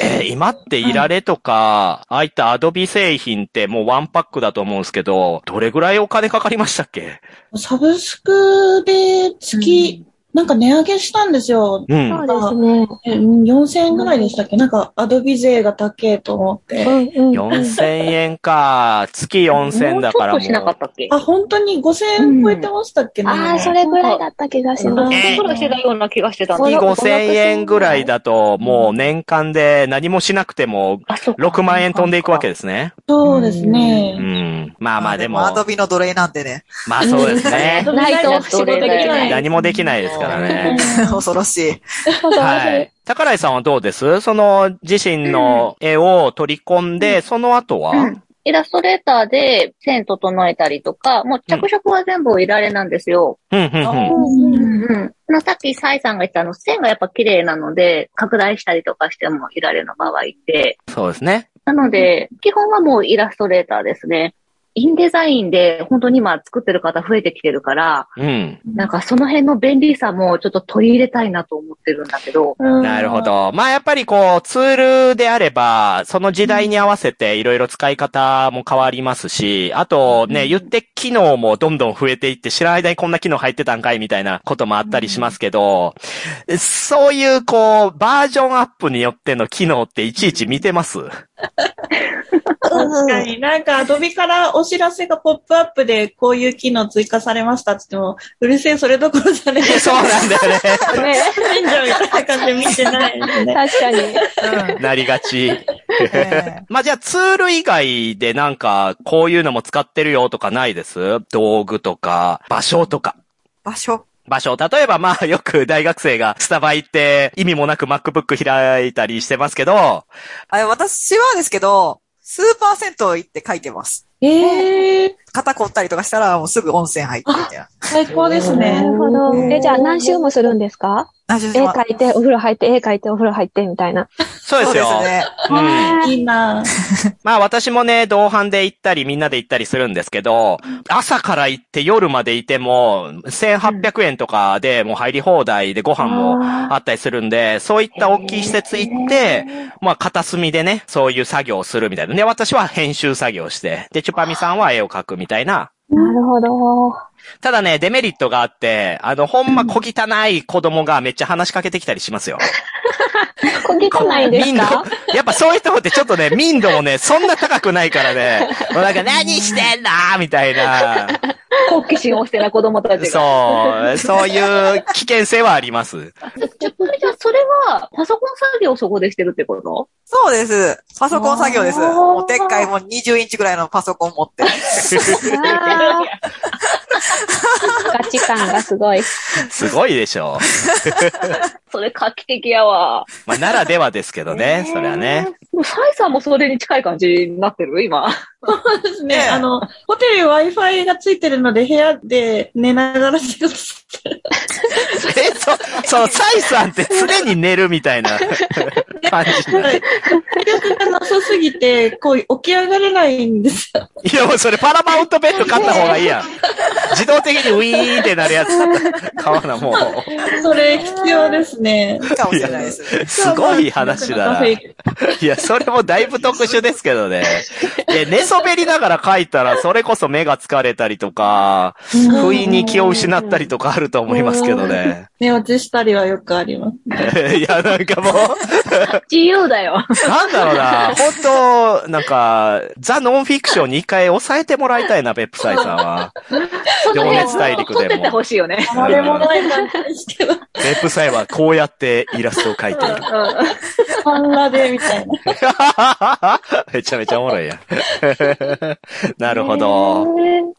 S2: えー今っていられとか、ああいったアドビ製品ってもうワンパックだと思うんですけど、どれぐらいお金かかりましたっけ
S5: サブスクで月、なんか値上げしたんですよ。
S2: うん。
S4: そううですね。
S5: えうん4000円ぐらいでしたっけなんか、アドビ税が高えと思って。
S4: うんうん。
S2: 4000円か。月4000だから
S1: も
S2: も
S1: うちょっとしなかっ
S2: う。
S1: たっけ
S5: あ、本当に5000円超えてましたっけね。
S4: ああ、それぐらいだった気がし
S5: う
S4: ま
S5: ん
S4: す。
S1: そこらしてたような気がしてたんだ
S2: 月
S4: そう
S2: 5000円ぐらいだと、もう年間で何もしなくても、
S1: あ、そうか
S2: 6万円飛んでいくわけですね。
S5: そうですね。
S2: うん。まあまあでも
S3: ア、ドビの奴隷なんでね。
S2: まあそうですね。
S4: ないと仕事できない
S2: 何もできないですからね。
S3: 恐ろしい。
S4: そうそう
S2: はい。高井さんはどうですその、自身の絵を取り込んで、その後は、
S1: うんイラストレーターで線整えたりとか、もう着色は全部いられなんですよ。
S2: うん、うん、うん。
S4: うんうん
S1: うんうん。あのさっきサイさんが言ったあの線がやっぱ綺麗なので、拡大したりとかしてもいられの場合って。
S2: そうですね。
S1: なので、基本はもうイラストレーターですね。インデザインで本当に今作ってる方増えてきてるから、
S2: うん。
S1: なんかその辺の便利さもちょっと取り入れたいなと思ってるんだけ ど、
S2: なるほど。まあやっぱりこう、ツールであれば、その時代に合わせていろいろ使い方も変わりますし、あとね、言って機能もどんどん増えていって、知らない間にこんな機能入ってたんかいみたいなこともあったりしますけど、そういうこう、バージョンアップによっての機能っていちいち見てます
S5: 確かになんかアドビからお知らせがポップアップでこういう機能追加されましたって言っても、うるせえそれどころじゃねえ。
S2: そうなんだよね。
S4: そうね。
S5: ないんじゃんみたいな感じで見てないですね。
S4: 確かに。
S3: うん
S2: なりがち。
S3: え
S2: まあじゃあツール以外でなんか、こういうのも使ってるよとかないです道具とか、場所とか。
S3: ー場所。
S2: 場所。例えばまあよく大学生がスタバ行って意味もなく MacBook 開いたりしてますけど、
S3: あ私はですけど、スーパー銭湯行って書いてます。
S5: ええー、
S3: 肩凝ったりとかしたらもうすぐ温泉入ってみたいな。
S5: 最高です
S4: な
S5: ね。
S4: るほど。え、じゃあ何周もするんですか
S3: あちょっ
S4: 絵
S3: と待っ
S4: 描いて、お風呂入って、絵描いて、お風呂入って、みたいな。
S2: そう
S3: て
S2: で
S3: そう
S2: す
S3: で
S2: よ。
S3: すね。
S2: うん。
S5: いいな
S2: まあ私もね、同伴で行ったりみんなで行ったりするんですけど、朝から行って夜までいても、1800円とかでもう入り放題でご飯もあったりするんで、そういった大きい施設行って、まあ片隅でね、そういう作業をするみたいな。で、私は編集作業して、で、チュパミさんは絵を描くみたいな。
S4: なるほど。
S2: ただね、デメリットがあって、あの、ほんま小汚い子供がめっちゃ話しかけてきたりしますよ。
S4: こぎこないんです
S2: 民度
S4: か、
S2: やっぱそういうとこってちょっとね、民度もね、そんな高くないからね、もうなんか何してんだみたいな。
S1: 好奇心旺盛な子供たちが。
S2: そう、そういう危険性はあります。
S1: ちょっとじゃあそれは、パソコン作業をそこでしてるってこと
S3: そうです。パソコン作業です。
S1: あー
S3: もうでっかいもう20インチぐらいのパソコン持 って。
S4: あーガチ感がすごい。
S2: すごいでしょ
S1: それ画期的やわ。
S2: う。まあ、ならではですけどね、それはね。
S1: でもサイさんもそれに近い感じになってる 今。
S5: そうですね。
S3: ねえ
S5: あの、ホテル Wi-Fi がついてるので部屋で寝ながら仕事してる。
S2: え、そ、 そう、サイさんって常に寝るみたい な感じになる。
S5: 記憶がなさすぎて、こう、起き上がれないんですよ。
S2: いや、もうそれパラマウントベッド買った方がいいやん。自動的にウィーンってなるやつ。買わな、もう。
S5: それ必要ですね。
S3: かもしれないですね。
S2: すごい話だな。いや、それもだいぶ特殊ですけどね。いや、寝そべりながら書いたら、それこそ目が疲れたりとか、不意に気を失ったりとかあると思いますけどね。
S5: 寝落ちしたりはよくありま す。
S2: いや、なんかもう、
S1: 自由だよ。
S2: なんだろうな。本当なんか、ザ・ノンフィクションに一回抑えてもらいたいな、ペップサイさんは。
S1: その辺
S2: 情熱大陸でも
S1: 撮っててほしいよね。
S5: あれもない感じです けど、
S2: ペップサイはこうやってイラストを描いている。
S5: 半裸でみたいな。
S2: めちゃめちゃおもろいやん。 なるほど。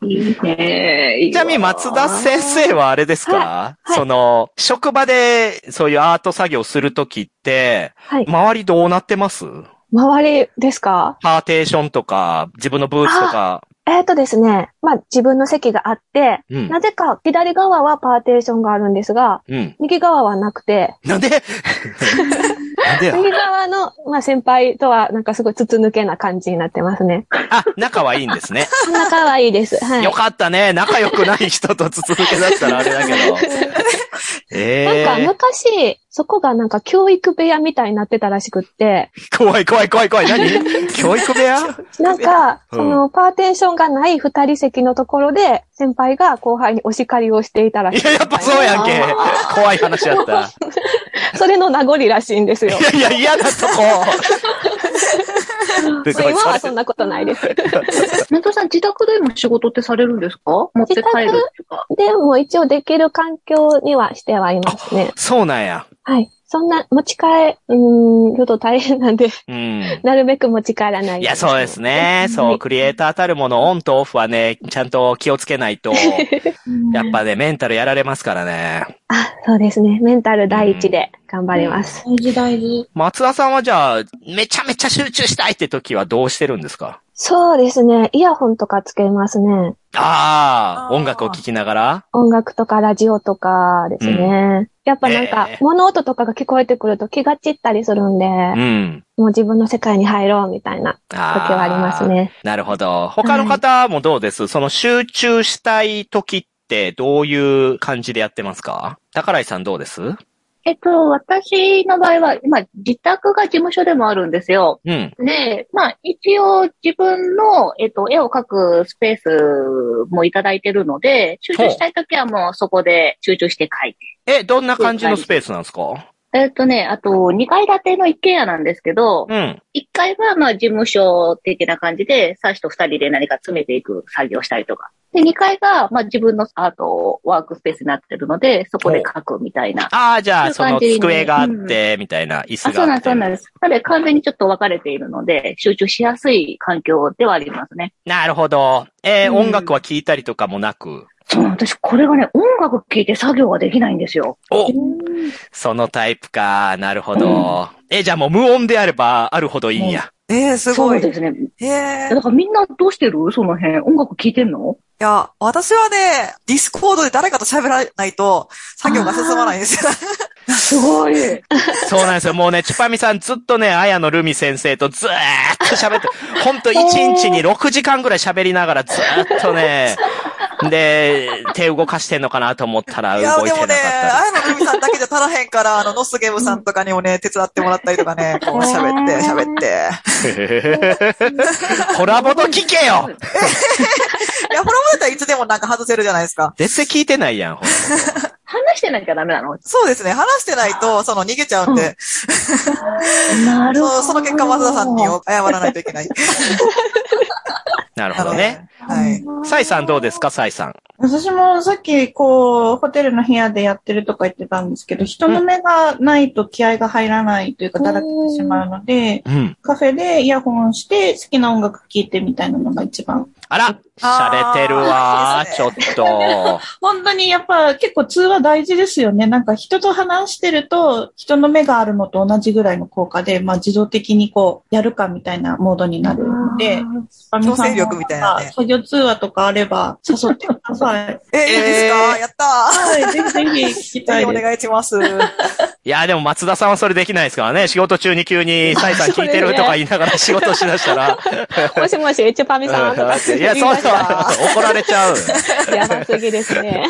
S1: いいね。いいわ
S2: ちなみに松田先生はあれですか、
S4: はい
S2: その、職場でそういうアート作業するときって、
S4: はい。
S2: 周りどうなってます
S4: 周りですか
S2: パーテーションとか、自分のブーツとか。
S4: えっ、とですね、まあ自分の席があって、
S2: うん
S4: な。ぜか左側はパーテーションがあるんですが、
S2: うん。
S4: 右側はなくて、
S2: なんでなんで や
S4: 右側の、まあ、先輩とは、なんかすごい筒抜けな感じになってますね。
S2: あ、仲はいいんですね。
S4: 仲はいいです。はい。
S2: よかったね。仲良くない人と続けだったらあれだけ ど。え
S4: なんか
S2: え
S4: 昔、そこがなんか教育部屋みたいになってたらしくって、
S2: 怖い怖い怖い怖い。 何教育部屋
S4: なんか、
S2: うん
S4: そのパーテーションがない二人席のところで、先輩が後輩にお叱りをしていたらし
S2: い
S4: い。
S2: や、やっぱそうやんけ。怖い話やった。
S4: それの名残らしいんですよ。
S2: いやいや、嫌なと こ。す
S4: まあ
S2: ごい、
S4: 今
S2: そ
S4: は
S2: れ
S4: そんなことないです。
S1: メントさん、自宅でも仕事ってされるんですか持って帰るっていうか。
S4: でも一応できる環境にはしてはいますね。
S2: そうなんや。
S4: はい。そんな持ち帰、うーん、ちょっと大変なんで、
S2: うん。
S4: なるべく持ち帰らない。
S2: いや、そうです
S4: ね。
S2: ね。そう、クリエイターたるもの、オンとオフはね、ちゃんと気をつけない と、やっぱね、メンタルやられますからね。
S4: あ、そうですね。メンタル第一で頑張ります。
S5: 大事大事。
S2: 松田さんはじゃあ、めちゃめちゃ集中したいって時はどうしてるんですか
S4: そうですね。イヤホンとかつけますね。
S2: あ
S3: あ
S2: あ、
S3: ー
S2: 音楽を聴きながら
S4: 音楽とかラジオとかですね。やっぱなんか
S2: ええ、
S4: 物音とかが聞こえてくると気が散ったりするんで、
S2: うん。
S4: もう自分の世界に入ろうみたいな
S2: 時
S4: 時はあります。 ね。
S2: なるほど。他の方もどうです、その集中したい時ってどういう感じでやってますか宝井さんどうです
S1: えっと、私の場合は、今、自宅が事務所でもあるんですよ。
S2: うん。
S1: で、まあ、一応自分の、えっと、絵を描くスペースもいただいてるので、集中したいときはもうそこで集中して描いて。
S2: え、どんな感じのスペースなんですか
S1: えっとね、あと、2階建ての一軒家なんですけど、
S2: うん。
S1: 1階はまあ、事務所的な感じで、サシと2人で何か詰めていく作業したりとか。で、2階が、まあ、自分のアートワークスペースになってるので、そこで描くみたいな。
S2: ああ、じゃあ、
S1: そ
S2: そう
S1: いう
S2: の
S1: 感じに
S2: 机があって、みたいな、椅
S1: あ、
S2: 子
S1: そう
S2: が
S1: な
S2: あ
S1: んで
S2: っ
S1: す、そう。
S2: て
S1: なんです。なので、完全にちょっと分かれているので、集中しやすい環境ではありますね。
S2: なるほど。えー
S1: うん
S2: 音楽は聴いたりとかもなく。
S1: そう、私、これがね、音楽聴いて作業ができないんですよ。
S2: おそのタイプか。なるほど。え、じゃあもう無音であればあるほどいいんや。
S3: ええすごい
S1: そう。ですね。
S3: へえ。
S1: だからみんなどうしてるその辺。音楽聴いてんの
S3: いや、私はね、ディスコードで誰かと喋らないと、作業が進まないんですよ。
S1: すごい。
S2: そうなんですよ。もうね、チュパミさんずっとね、綾野ルミ先生とずーっと喋 って、ほんと1日に6時間ぐらい喋りながらずーっとね、で、手動かしてんのかなと思ったら
S3: いや、
S2: 動い
S3: で
S2: てなか
S3: も
S2: っ
S3: ね、
S2: た
S3: あやのるみさんだけじゃ足らへんから、あの、ノスゲームさんとかにもね、手伝ってもらったりとかね、こう喋って、喋って。
S2: です。コラボと聞け よ
S3: いや、フォローだったらいつでもなんか外せるじゃないですか。
S2: 絶対聞いてないやん、ほんと
S1: 話してなきゃダメなの
S3: そうですね。話してないと、その逃げちゃうんで、
S1: な
S3: そうその結果、松田さんに謝らないと いけない。
S2: なるほどね。
S3: はい。
S2: サイさんどうですか、サイさん。
S5: 私もさっき、こう、ホテルの部屋でやってるとか言ってたんですけど、人の目がないと気合が入らないというか、だらけてしまうので、
S2: うん。
S5: カフェでイヤホンして好きな音楽聴いてみたいなのが一番。
S2: あら、
S3: あー
S2: 洒落てるわー、ち
S3: そ
S2: ょ
S3: う
S2: っと。
S5: 本当にやっぱ結構通話大事ですよね。なんか人と話してると人の目があるのと同じぐらいの効果で、まあ自動的にこうやるかみたいなモードになるので、
S3: 強制力みたいなね
S5: 作業通話とかあれば誘ってください。
S3: えー、いいですかやった
S5: はい、ぜひぜひ聞きた
S3: ー
S5: い
S3: お
S5: です。
S3: 願いします。
S2: いや、でも松田さんはそれできないですからね。仕事中に急にサイさん聞いてるとか言いながら仕事しだしたら。
S4: もしもし、エチュパミさんとかって
S2: いや、そうそう。怒られちゃう。
S4: やばすぎですね。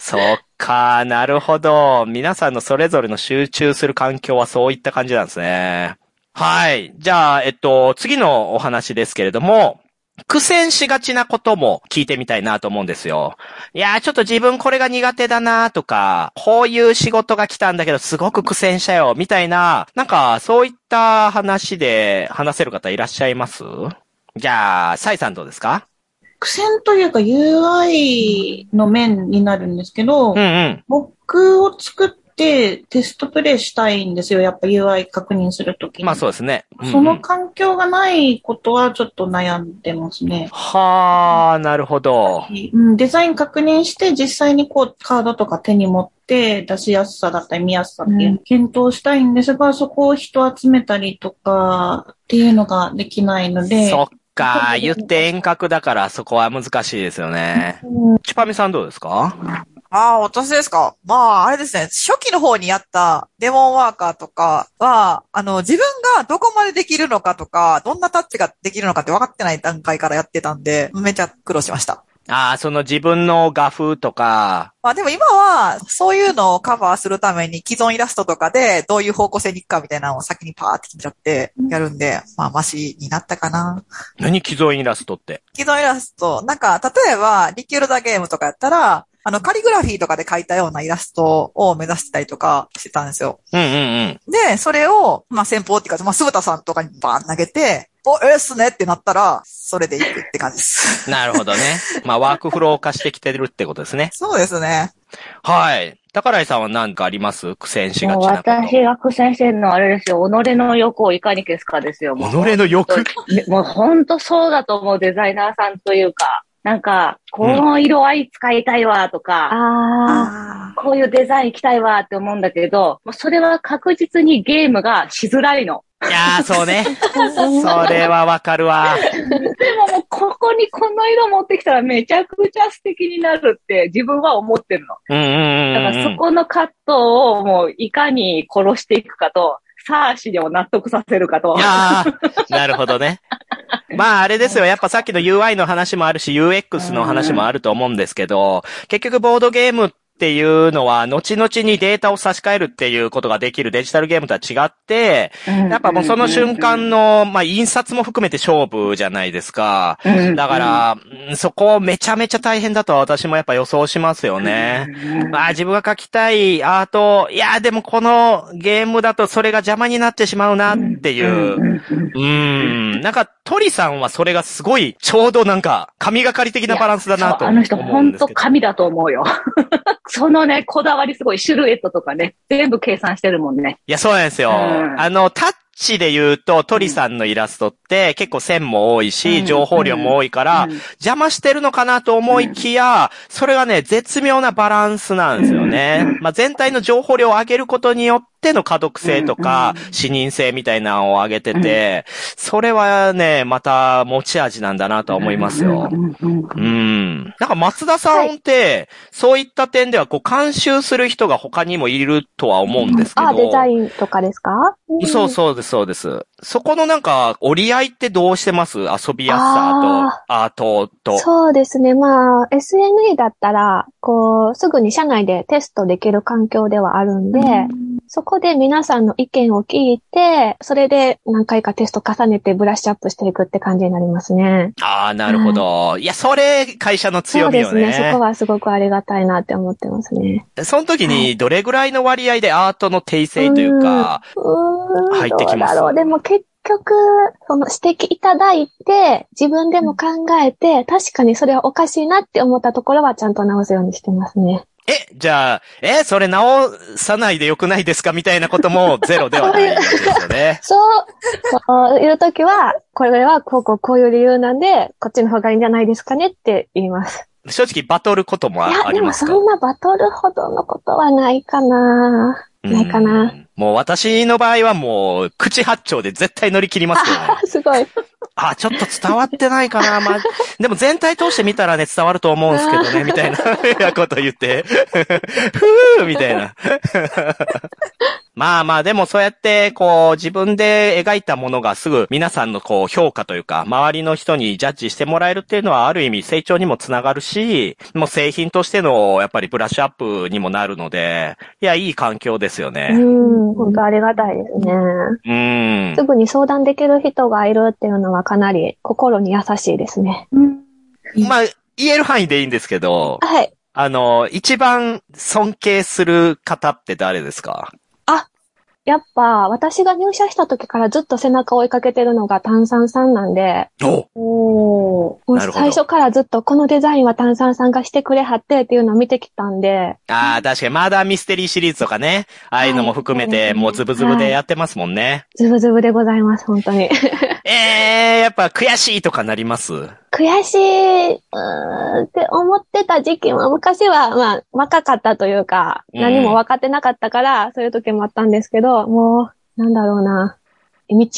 S2: そっか、なるほど。皆さんのそれぞれの集中する環境はそういった感じなんですね。はい。じゃあ、えっと、次のお話ですけれども、苦戦しがちなことも聞いてみたいなと思うんですよ。いやー、ちょっと自分これが苦手だなーとか、こういう仕事が来たんだけどすごく苦戦したよ、みたいな、なんか、そういった話で話せる方いらっしゃいますじゃあ、サイさんどうですか
S5: 苦戦というか UI の面になるんですけど、
S2: うんうん。
S5: 僕を作ってテストプレイしたいんですよ。やっぱ UI 確認するときに。
S2: まあそうですね。うんうん
S5: その環境がないことはちょっと悩んでますね。
S2: はあ、なるほど。
S5: うん、デザイン確認して実際にこうカードとか手に持って出しやすさだったり見やすさっていうのを検討したいんですが、そこを人集めたりとかっていうのができないので、
S2: そっか、言って遠隔だからそこは難しいですよね。チュパミさんどうですか
S3: ああ、私ですか。まあ、あれですね。初期の方にやったデモンワーカーとかは、あの、自分がどこまでできるのかとか、どんなタッチができるのかって分かってない段階からやってたんで、めちゃ苦労しました。
S2: ああ、その自分の画風とか、
S3: まあでも今は、そういうのをカバーするために既存イラストとかで、どういう方向性に行くかみたいなのを先にパーって決めちゃってやるんで、まあマシになったかな。
S2: 何既存イラストって。
S3: 既存イラスト、なんか、例えば、リキュールダゲームとかやったら、あの、カリグラフィーとかで描いたようなイラストを目指してたりとかしてたんですよ。
S2: うんうん
S3: で、それを、まあ、先方っていうか、まあ、鈴田さんとかにバーン投げて、お、ええっすねってなったら、それでいくって感じです。
S2: う ん。なる ほどね。まあ、ワークフロー化してきてるってことですね。
S3: そうですね。
S2: はい。宝井さんは何かあります苦戦しが
S1: もう
S2: ちなこと。
S1: 私が苦戦してるのはあれですよ。己の欲をいかに消すかですよ。もう
S2: 己の欲
S1: ねもう本当そうだと思うデザイナーさんというか、なんか、この色合い使いたいわとか、
S4: あ
S3: あ
S1: こういうデザイン着たいわって思うんだけど、もうそれは確実にゲームがしづらいの。
S2: いやー、そう ね。それはわかるわ。
S1: でももうここにこの色持ってきたらめちゃくちゃ素敵になるって自分は思ってるの。
S2: うんうんうん
S1: だ
S2: う
S1: か
S2: ん。
S1: らそこの葛藤をもういかに殺していくかと、サーシを納得させるかと。
S2: いやー、 なるほどね。まああれですよ。やっぱさっきの UI の話もあるし、UX の話もあると思うんですけど、結局ボードゲームっていうのは、後々にデータを差し替えるっていうことができるデジタルゲームとは違って、やっぱもうその瞬間の、まあ印刷も含めて勝負じゃないですか。
S1: うん
S2: だから、うんそこめちゃめちゃ大変だとは私もやっぱ予想しますよね。まあ自分が描きたいアート、いやでもこのゲームだとそれが邪魔になってしまうなっていう。うーん。なんか鳥さんはそれがすごいちょうどなんか神がかり的なバランスだなと
S1: そうあ
S2: 思うん
S1: の
S2: ですけ
S1: 人
S2: ど。
S1: 本当神だと思うよ。 そのね、こだわりすごい、シルエットとかね、全部計算してるもんね。
S2: いや、そうなんですよ。
S1: うん
S2: あの、タッチで言うと、鳥さんのイラストって結構線も多いし、
S1: うん
S2: 情報量も多いから、
S1: うん
S2: 邪魔してるのかなと思いきや、それがね、絶妙なバランスなんですよね。まあ、全体の情報量を上げることによっての可読性とか、視認性みたいなのを上げてて、それはね、また持ち味なんだなとは思いますよ。
S1: うんうん
S2: うん。なんか松田さんって、そういった点では、こう、監修する人が他にもいるとは思うんですけ
S4: あ、
S2: ど。
S4: あ、デザインとかですか
S2: そうそうです、そうです。そこのなんか、折り合いってどうしてます遊びやすさと、アートと。
S4: そうですね。まあ、SNE だったら、こう、すぐに社内でテストできる環境ではあるんで、そこで皆さんの意見を聞いて、それで何回かテスト重ねてブラッシュアップしていくって感じになりますね。
S2: ああ、なるほど。いや、それ、会社の強みよ
S4: そうで
S2: ね。
S4: すね。そこはすごくありがたいなって思ってますね。
S2: その時に、どれぐらいの割合でアートの訂正というか、
S4: うーん。
S2: 入ってきます
S4: どうだろう。でも結局、その指摘いただいて、自分でも考えて、確かにそれはおかしいなって思ったところはちゃんと直すようにしてますね。。
S2: え、じゃあ、え、それ直さないでよくないですかみたいなこともゼロではないですよね
S4: そう、そういう時は、これはこうこうこういう理由なんで、こっちの方がいいんじゃないですかねって言います。
S2: 正直、バトルことも
S4: い
S2: あ
S4: や、
S2: あ
S4: で
S2: り
S4: も
S2: ます
S4: そ
S2: か
S4: んなバトルほどのことはないかな。ないかな
S2: うんもう私の場合はもう、口八丁で絶対乗り切りますけどね。
S4: すごい。
S2: あ、ちょっと伝わってないかな。まあ、でも全体通して見たらね、伝わると思うんですけどね、みた いなようなこと言って。ふーみたいな。まあまあ、でもそうやって、こう、自分で描いたものがすぐ皆さんのこう、評価というか、周りの人にジャッジしてもらえるっていうのはある意味成長にもつながるし、もう製品としての、やっぱりブラッシュアップにもなるので、いや、いい環境ですよ
S4: う
S2: ね。
S4: ん、本当ありがたいですね。
S2: うん
S4: す。ぐに相談できる人がいるっていうのはかなり心に優しいですね。
S2: まあ、言える範囲でいいんですけど、
S4: はい。
S2: あの、一番尊敬する方って誰ですか
S4: やっぱ、私が入社した時からずっと背中を追いかけてるのが炭酸さんなんで、
S2: お
S5: おー。
S4: もう
S2: なるほど
S4: 最初からずっとこのデザインは炭酸さんがしてくれはってっていうのを見てきたんで、
S2: ああ、確かに、マーダーミステリーシリーズとかね、ああいうのも含め
S4: は
S2: て、
S4: い
S2: もうズブズブでやってますもんね。
S4: ズブズブでございます、本当に。
S2: ええー、やっぱ悔しいとかなります
S4: 悔しい、うーんって思ってた時期も、昔は、まあ、若かったというか、
S2: うん
S4: 何も分かってなかったから、そういう時もあったんですけど、もう、なんだろうな、道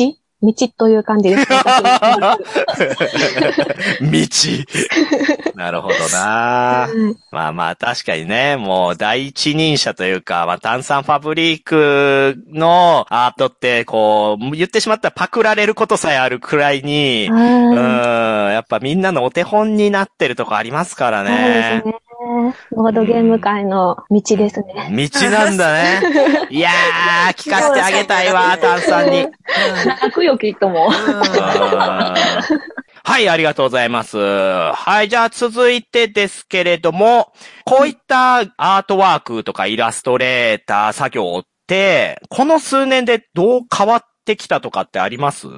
S4: 道という感じです。 私の
S2: 道。なるほどな
S4: はい
S2: まあまあ確かにね、もう第一人者というか、まあ炭酸ファブリックのアートって、こう、言ってしまったらパクられることさえあるくらいに、
S4: あ
S2: う
S4: ー
S2: ん、やっぱみんなのお手本になってるとこありますから
S4: そうで
S2: ね
S4: す。ね。ボードゲーム界の道ですね。
S2: 道なんだ ね。いやー、聞かせてあげたいわ、炭酸に。
S1: 泣くよ、きっともう。
S2: はい、ありがとうございます。はい、じゃあ続いてですけれども、こういったアートワークとかイラストレーター作業って、この数年でどう変わってきたとかってあります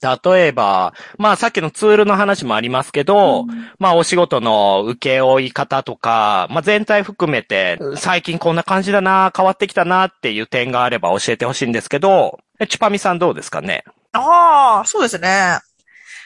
S2: 例えば、まあさっきのツールの話もありますけど、まあお仕事の受け負い方とか、まあ全体含めて、最近こんな感じだな、変わってきたなっていう点があれば教えてほしいんですけど、えチュパミさんどうですかね
S3: ああ、そうですね。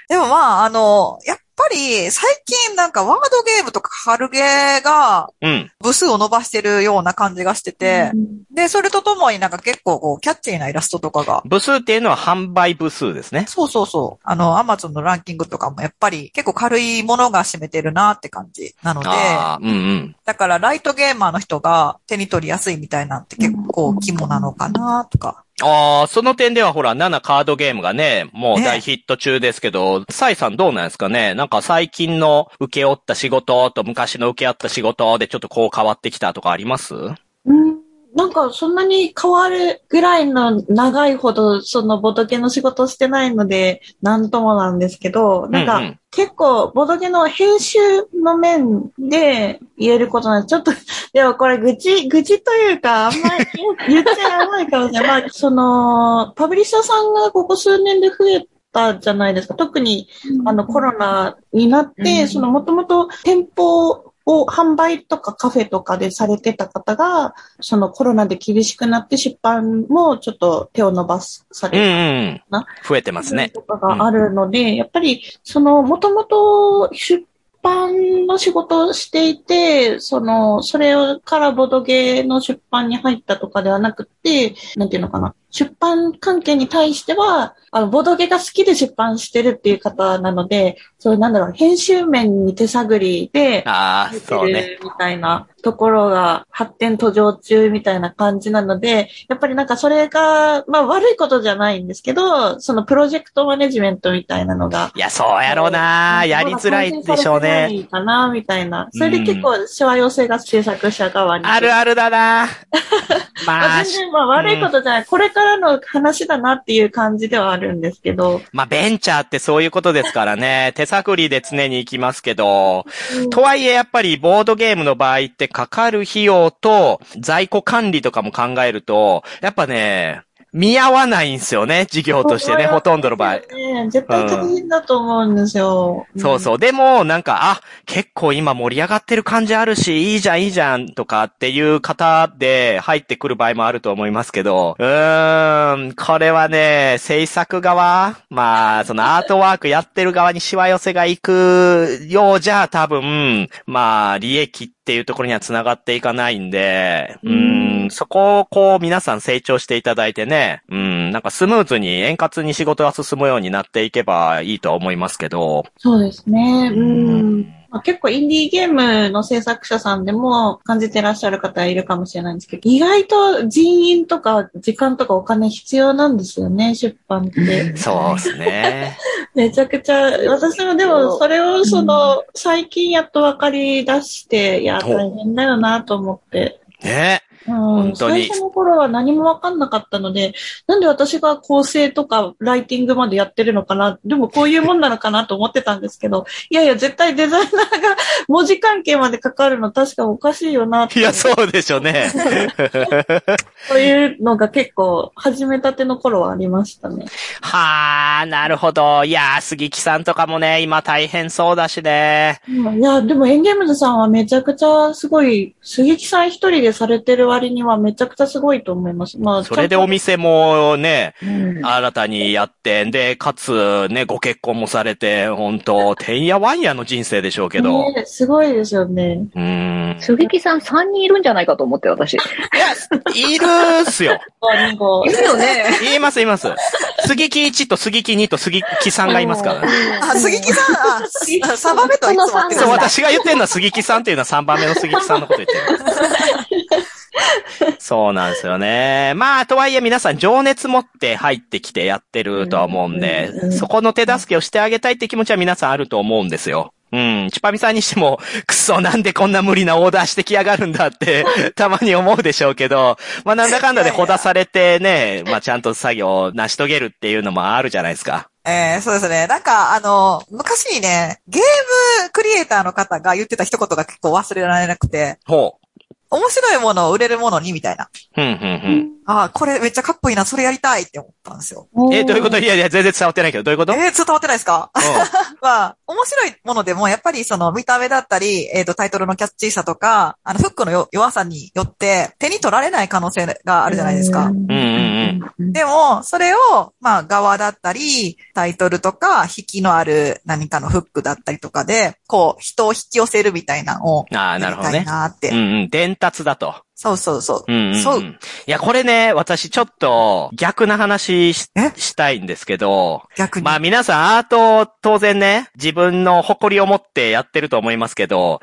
S3: でもまあ、あの、やっぱり最近なんかワードゲームとか春ゲーが
S2: うん。
S3: 部数を伸ばしてるような感じがしてて、で、それとともになんか結構こうキャッチーなイラストとかが、
S2: 部数っていうのは販売部数ですね。
S3: そうそうそう、あの、アマゾンのランキングとかもやっぱり結構軽いものが占めてるなって感じなので、
S2: ああ、うんうん。
S3: だからライトゲーマーの人が手に取りやすいみたいなんて結構肝なのかなとか。
S2: ああ、その点ではほら、7カードゲームがね、もう
S3: ね
S2: 大ヒット中ですけど、サイさんどうなんですかねなんか最近の受け負った仕事と昔の受け合った仕事でちょっとこう変わってきたとかあります
S5: うんなんかそんなに変わるぐらいの長いほどそのボドゲの仕事してないのでなんともなんですけど、なん
S2: うんう
S5: か
S2: ん
S5: 結構ボドゲの編集の面で言えることなんです。ちょっと、 でもこれ愚痴、愚痴というかあんまり言っちゃやばいかもしれない。まあその、パブリッシャーさんがここ数年で増えたじゃないですか。特にあのコロナになって、そのもともと店舗を販売とかカフェとかでされてた方が、そのコロナで厳しくなって出版もちょっと手を伸ばすさ
S2: うんう
S5: れ
S2: ん。増えてますね。
S5: とかがあるので、やっぱりそのもともと出版の仕事をしていて、その、それからボドゲの出版に入ったとかではなくて、なんていうのかな。出版関係に対しては、あの、ボドゲが好きで出版してるっていう方なので、そうなんだろう、編集面に手探りで、
S2: ああ、そうね。
S5: みたいなところが発展途上中みたいな感じなので、やっぱりなんかそれが、まあ悪いことじゃないんですけど、そのプロジェクトマネジメントみたいなのが、
S2: いや、そうやろうなやりづらいでしょうね。。
S5: かな、みたいな。それで結構、しわ寄せが制作者側に。
S2: あるあるだな
S5: ま
S2: ま
S5: あ
S2: あ、
S5: 全然、 まあ悪いことじゃない。これからの話だなっていう感じではあるんですけど。
S2: まあ、ベンチャーってそういうことですからね。手探りで常に行きますけど、とはいえやっぱりボードゲームの場合ってかかる費用と在庫管理とかも考えると、やっぱね、見合わないんですよね、事業としてね、ほとんどの場合。
S5: ね絶対大変だと思うんですよ。
S2: そうそう。でも、なんか、あ、結構今盛り上がってる感じあるし、いいじゃん、いいじゃん、とかっていう方で入ってくる場合もあると思いますけど、うーん、これはね、制作側、まあ、そのアートワークやってる側にしわ寄せがいくようじゃ、多分、まあ、利益っていうところには繋がっていかないんで、うん、そこをこう皆さん成長していただいてね、うん、なんかスムーズに円滑に仕事が進むようになっていけばいいとは思いますけど、
S5: そうですね。う
S2: うん
S5: ん。まあ、結構インディーゲームの制作者さんでも感じてらっしゃる方いるかもしれないんですけど、意外と人員とか時間とかお金必要なんですよね、出版って。
S2: そうです ね。
S5: めちゃくちゃ、私もでもそれをその、最近やっと分かり出して、いや、
S2: ほう
S5: 大変だよなと思って。
S2: ね。
S5: うん
S2: 本当に
S5: 最初の頃は何も分かんなかったので、なんで私が構成とかライティングまでやってるのかな、でもこういうもんなのかなと思ってたんですけど、いやいや、絶対デザイナーが 文字関係までかかるの確かおかしいよなって
S2: いや、そうでしょうね。
S5: そういうのが結構始めたての頃はありましたね。
S2: はあ、なるほど。いやー、杉木さんとかもね、今大変そうだしね。
S5: いや、でもエンゲームズさんはめちゃくちゃすごい、杉木さん一人でされてる割にはめちゃくちゃすごいと思います。まあ、
S2: それでお店もね、
S5: ちゃんとうん
S2: 新たにやって、で、かつね、ご結婚もされて、本当てんやわんやの人生でしょうけど。
S5: ねすごいですよね。
S2: うーん。
S1: 鈴木さん3人いるんじゃないかと思って、私。
S2: いや、いるっすよ。
S5: 2号
S3: いるよね。
S2: 言います、言います。杉木1と杉木2と杉木3がいますからね。
S3: あ、杉木さん、あ、あサバメとはいつも会って
S2: そう、
S3: ま
S4: だ
S3: す。
S2: 私が言ってるのは杉木さんっていうのは3番目の杉木さんのこと言 ってる。そうなんですよね。まあ、とはいえ皆さん情熱持って入ってきてやってるとは思うんで、そこの手助けをしてあげたいって気持ちは皆さんあると思うんですよ。うん。チュパミさんにしても、くそ、なんでこんな無理なオーダーしてきやがるんだ って、たまに思うでしょうけど、まあなんだかんだでほだされてね、まあちゃんと作業を成し遂げるっていうのもあるじゃないですか。
S3: えーそうですね。なんか、あの、昔にね、ゲームクリエイターの方が言ってた一言が結構忘れられなくて、
S2: ほ
S3: 面白いものを売れるものに、みたいな。
S2: う。うん、うん、
S3: あーこれめっちゃかっこいいな、それやりたいって思ったんですよ。
S2: うん。え、どういうこといやいや、全然伝わってないけど、どういう こと
S3: えー、伝わってないですか
S2: うん
S3: まあ、面白いものでも、やっぱりその見た目だったり、えっ、と、タイトルのキャッチーさとか、あの、フックのよ弱さによって、手に取られない可能性があるじゃないですか。
S2: うんうん
S3: でも、それを、まあ、側だったり、タイトルとか、引きのある何かのフックだったりとかで、こう、人を引き寄せるみたいなのを、
S2: うん。ああ、なるほど
S3: や
S2: ね
S3: りた。いなって。
S2: うんうん。伝達だと。
S3: そうそうそうう。
S2: んうん、うん。
S3: そう
S2: いや、これね、私ちょっと逆な話し
S3: え
S2: したいんですけど、
S3: 逆に。
S2: まあ皆さんアートを当然ね、自分の誇りを持ってやってると思いますけど、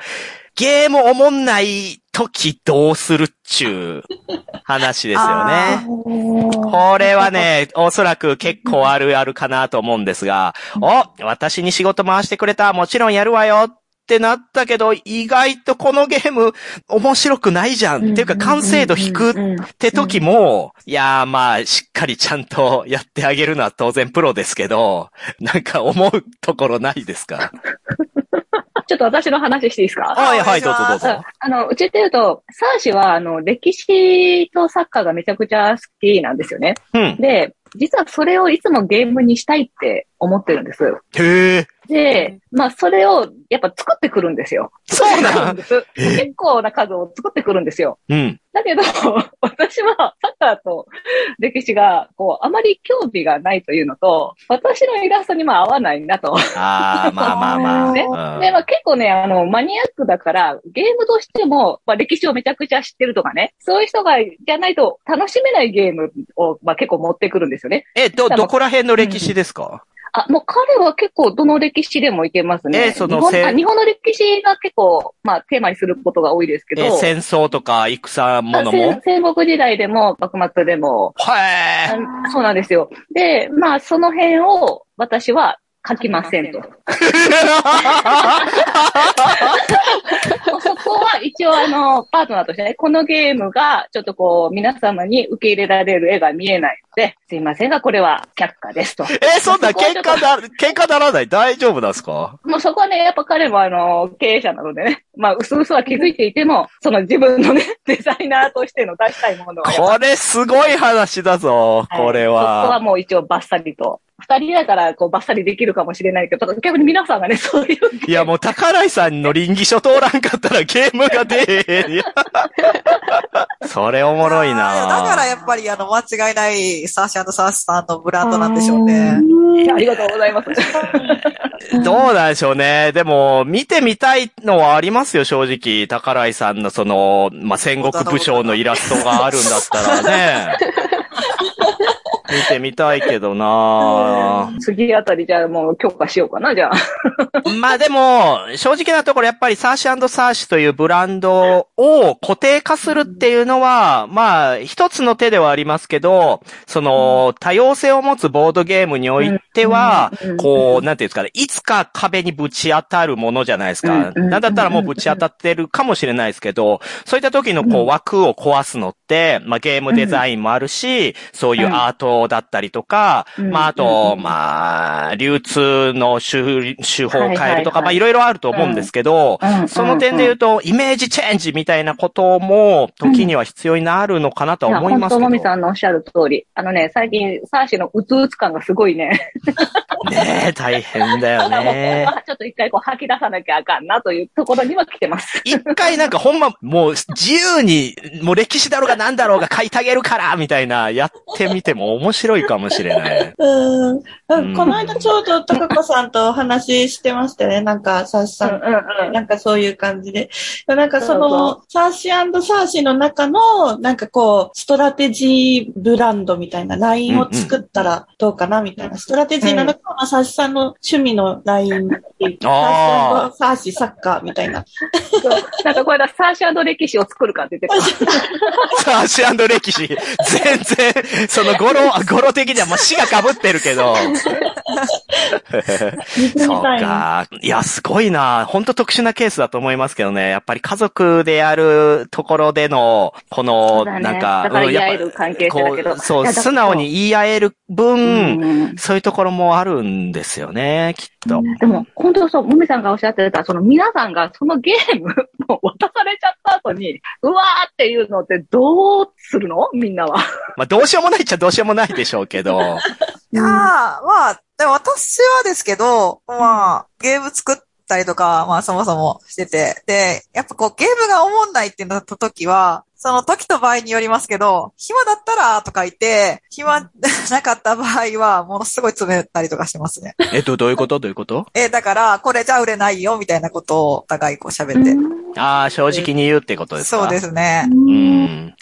S2: ゲームおもんない時どうするっちゅう話です よね。これはね、おそらく結構あるあるかなと思うんですが、お、私に仕事回してくれた、もちろんやるわよってなったけど、意外とこのゲーム面白くないじゃん。っていうか完成度低っ
S1: うん
S2: って時も、いやーまあ、しっかりちゃんとやってあげるのは当然プロですけど、なんか思うところないですか
S6: ちょっと私の話していいですか
S2: はい
S3: お
S2: は
S3: 願
S2: い、
S3: いし
S2: どうぞ
S3: ます
S2: どうぞ。
S1: あの、うちっていうと、サーシは、あの、歴史とサッカーがめちゃくちゃ好きなんですよね。
S2: うん。
S1: で、実はそれをいつもゲームにしたいって思ってるんです。
S2: へえ。
S1: で、まあ、それをやっぱ作ってくるんですよ。
S2: そ
S1: 作
S2: うな
S1: ってくるん
S2: ん
S1: です。 結構な数を作ってくるんですよ。
S2: うん。
S1: だけど、 私はサッカーと歴史が、こう、あまり興味がないというのと、私のイラストにまあ合わないなと。
S2: あー、まあまあまあ。
S1: ね
S2: うん
S1: で、まあ結構ね、あの、マニアックだから、ゲームとしても、まあ歴史をめちゃくちゃ知ってるとかね、そういう人が、じゃないと楽しめないゲームを、まあ結構持ってくるんですよね。
S2: え、ど、どこら辺の歴史ですか
S1: あ、もう彼は結構どの歴史でもいけますね。
S2: えその
S1: 日本
S2: せ
S1: あ日本の歴史が結構、まあテーマにすることが多いですけど、
S2: え、戦争とか戦も
S1: あ
S2: の
S1: 戦
S2: も
S1: 戦国時代でも、幕末でも、
S2: へえ。
S1: あそうなんですよ。で、まあその辺を私は書きませんと。 そこは一応あの、パートナーとしてね、このゲームがちょっとこう、皆様に受け入れられる絵が見えないので、すいませんが、これは却下です と。
S2: え、そんな喧嘩だ、喧嘩ならない大丈夫なんですか
S1: もうそこはね、やっぱ彼もあの、経営者なのでね、まあ、うすうすは気づいていても、その自分のね、 デザイナーとしての出したいものを。
S2: これすごい話だぞ、
S1: い
S2: これ
S1: そこは
S2: は。
S1: もう一応バッサリと。二人だから、こう、バッサリできるかもしれないけど、ただ逆に皆さんがね、 そういう、
S2: いや、もう宝井さんの臨機書通らんかったらゲームが出えへんや。それおもろい
S3: あーだから
S2: な
S3: やっぱり、あの、間違いない、サーシャサーシさんのブランドなんでしょうね。
S1: ありがとうございます。
S2: どうなんでしょうね。でも、見てみたいのはありますよ、正直。宝井さんのその、まあ、戦国武将のイラストがあるんだった らね。見てみたいけどな
S1: 次あたりじゃあもう強化しようかな、じゃあ。
S2: まあでも、正直なところやっぱりサーシーサーシというブランドを固定化するっていうのは、まあ一つの手ではありますけど、その多様性を持つボードゲームにおいては、こう、なんていうんですかね、いつか壁にぶち当たるものじゃないですか。
S1: うん
S2: なんだったらもうぶち当たってるかもしれないですけど、そういった時のこう枠を壊すのって、まあゲームデザインもあるし、そういうアートだったりとか、
S1: うん
S2: まああ
S1: うん
S2: と、
S1: うん
S2: まあ、流通の手手法
S1: はいは
S2: を変えるとか、
S1: いはい
S2: まあいろいろあると思うんですけど、その点で言うと、イメージチェンジみたいなことも、時には必要になるのかなと
S1: いや
S2: は思いますけ
S1: 本当、もみ
S2: ど。
S1: さんのおっしゃる通り。あのね、最近、サーシのうつうつ感がすごいね。
S2: ねえ、大変だよね。
S1: まあちょっと一回こう吐き出さなきゃあかんなというところには来てます。
S2: 一回なんかほんま、もう自由に、もう歴史だろうが何だろうが書いてあげるから、みたいな、やってみても面白いかもしれない。
S5: うん。
S2: うん
S5: この間ちょうど高子さんとお話ししてましたね。なんか、サーシさん。なんかそういう感じで。なんかその、サーシサーシの中の、なんかこう、ストラテジーブランドみたいな、ラインを作ったらどうかなみたいな。ストラテジーなのか、まあサーシさんの趣味のラインっていう。
S2: あ
S5: サーシさんとサーシサッカーみたいな。
S1: なんかこれだ、サーシャ歴史を作るかって言ってた。
S2: サーシ歴史、全然、その語呂、語呂的にはもう死が被ってる けど。
S5: 見てみ
S2: そう
S5: たいな。
S2: か。いや、すごいな。本当特殊なケースだと思いますけどね。やっぱり家族でやるところでの、こ
S1: そ
S2: の、
S1: うだね
S2: なんか、
S1: だから
S2: う
S1: 言
S2: ん
S1: い
S2: やっ
S1: 合
S2: ぱ
S1: える関係性だけど
S2: こうそ、
S1: いうやだから
S2: 素直に言い合える
S1: う
S2: 分、
S1: ん
S2: そういうところもあるんですよね、きっと。
S1: でも、本当そう、もみさんがおっしゃってた、その皆さんがそのゲームを渡されちゃった後に、うわーっていうのってどうするのみんなは。
S2: まあ、どうしようもないっちゃ どうしようもないでしょうけ ど。
S3: いやーまあ、でも私はですけど、まあ、ゲーム作ったりとか、まあそもそもしてて、で、やっぱこうゲームが思んないってなった時は、その時と場合によりますけど、暇だったらとか言って、暇なかった場合は、ものすごい詰めたりとかしてますね。
S2: えっと、どういうことどういうこと
S3: え、だから、これじゃ売れないよ、みたいなことをお互いこう喋って。
S2: ああ、正直に言うってことですか。
S3: そうですすね。
S2: うん。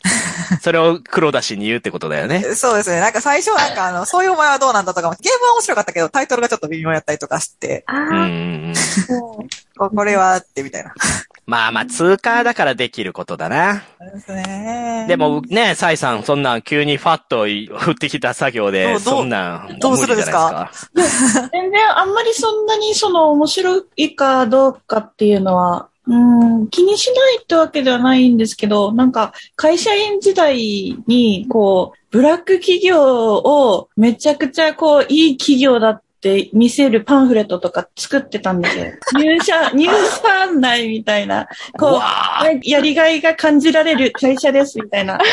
S2: それを黒田氏に言うってことだよね。
S3: そうですね。なんか最初なんかあの、そういうお前はどうなんだとかも、ゲームは面白かったけど、タイトルがちょっと微妙やったりとかして、
S2: うんうんうん。
S3: ここれはってみたいな。
S2: まあまあ、通過だからできることだな。
S3: そうですね。
S2: でもね、サイさん、そんなん急にファッと降ってきた作業
S3: どうど
S2: で、
S3: う
S2: そんなん
S3: どうするんですか
S2: 無理じゃないですか
S5: 全然あんまりそんなにその面白いかどうかっていうのは、うん、気にしないってわけではないんですけど、なんか会社員時代にこう、ブラック企業をめちゃくちゃこう、いい企業だって見せるパンフレットとか作ってたんですよ。入社、入社内みたいな。
S2: う
S5: こう、
S2: わー
S5: はいやりがいが感じられる会社です、みたいな。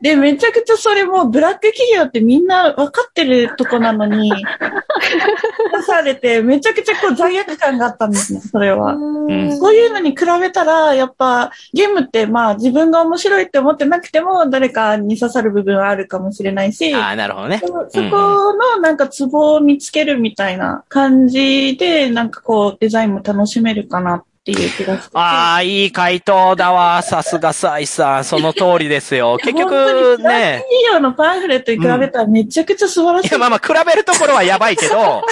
S5: で、めちゃくちゃそれもうブラック企業ってみんな分かってるとこなの に、出されて、めちゃくちゃこう罪悪感があったんですね、それは。
S2: うん
S5: そういうのに比べたら、やっぱゲームってまあ自分が面白いって思ってなくても誰かに刺さる部分はあるかもしれないし、
S2: ああ、なるほどね。
S5: そそこのなんかツボを見つけるみたいな感じで、なんかこうデザインも楽しめるかなっていう気がして。
S2: ああ、いい回答だわ。さすがサイさん。その通りですよ。結
S5: 本
S2: 局
S5: 当に
S2: ね。
S5: 企業のパンフレットに比べたらめちゃくちゃ素晴らし
S2: い
S5: い。
S2: や、まあまあ、比べるところはやばいけど、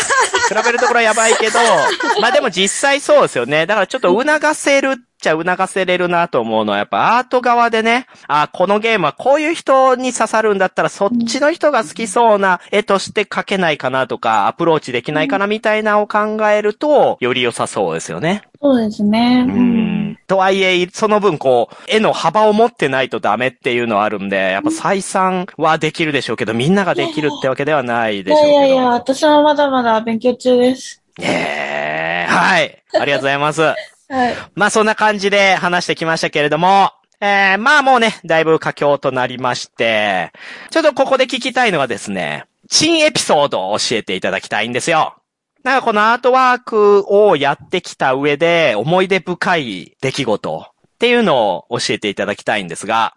S2: 比べるところはやばいけど、まあでも実際そうですよね。だからちょっと促せるっちゃ促せれるなと思うのは、やっぱアート側でね、あ、このゲームはこういう人に刺さるんだったら、そっちの人が好きそうな絵として描けないかなとか、アプローチできないかなみたいなのを考えると、より良さそうですよね。
S5: そうですね。
S2: うんとはいえ、その分こう、絵の幅を持ってないとダメっていうのはあるんで、やっぱ採算はできるでしょうけど、みんなができるってわけではない
S5: い
S2: でしょう
S5: や
S2: け
S5: い
S2: ど。
S5: やいや、私はまだまだ勉強中です。
S2: えーはい。ありがとうございます。
S5: はい。
S2: まあそんな感じで話してきましたけれども、えー、まあもうね、だいぶ佳境となりまして、ちょっとここで聞きたいのはですね、珍エピソードを教えていただきたいんですよ。なんかこのアートワークをやってきた上で、思い出深い出来事っていうのを教えていただきたいんですが、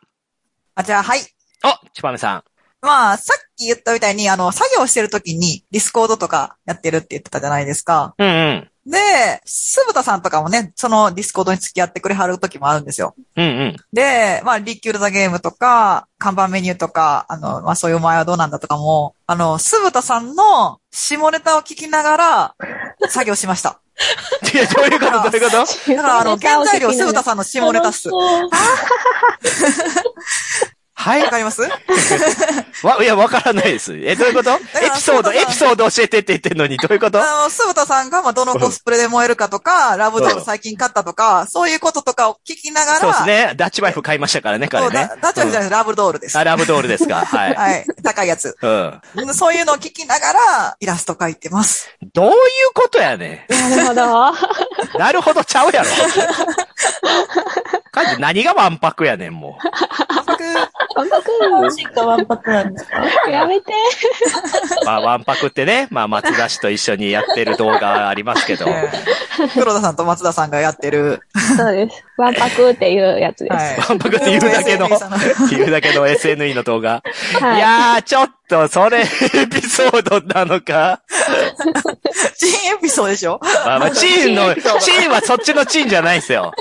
S3: あ、じゃあ、はい。
S2: おちばめさん。
S3: まあ、さっき言ったみたいに、あの、作業してる時に、ディスコードとかやってるって言ってたじゃないですか。
S2: うんうん。
S3: で、鈴田さんとかもね、そのディスコードに付き合ってくれはる時もあるんですよ。
S2: うんうん。
S3: で、まあ、リキュールザゲームとか、看板メニューとか、あの、まあ、そういうお前はどうなんだとかも、あの、鈴田さんの下ネタを聞きながら、作業しました。
S2: いや、どういうことどういうこと
S3: だから、あの、原材料、鈴田さんの下ネタっ
S5: 楽し
S3: す。
S5: そう
S2: はい
S3: わ。かります
S2: わ、いや、わからないです。え、どういうことエ
S3: ら
S2: ピソード、
S3: そうだ
S2: エ
S3: な
S2: ピソード教えてって言ってんのに、どういうこと
S3: あの、鈴田さんが、まあ、どのコスプレで燃えるかとか、ラブジャル最近買ったとか、そういうこととかを聞きながら、
S2: そうですね。ダッチワイフ買いましたからね、
S3: そう
S2: 彼ね
S3: だ。ダッチワイフじゃないです、ラブドールです。
S2: アラブドールですか。はい。
S3: はい。高いやつ。
S2: うん。
S3: そういうのを聞きながら、イラスト描いてます。
S2: どういうことやね
S6: なるほど。
S2: ん。な るほどちゃうやろ。彼女何がワンパクやねん、もう。
S4: 韓
S5: ワン
S4: 国
S5: シックワンパクなんですか
S4: やめて。
S2: まあ、わんぱくってね、まあ、松田氏と一緒にやってる動画ありますけど、
S3: ええ 黒田さんと松田さんがやってる。
S4: そうです。わんぱくっていうやつです。
S3: はい。
S2: わんぱくって言うだけの、言うだけの SNE の動画。、
S4: はいい。
S2: やー、ちょっと、それ、エピソードなのか。
S3: 新エピソードでしょ
S2: まあまあ、チーンの、 チーンはそっちのチーンじゃないです よ。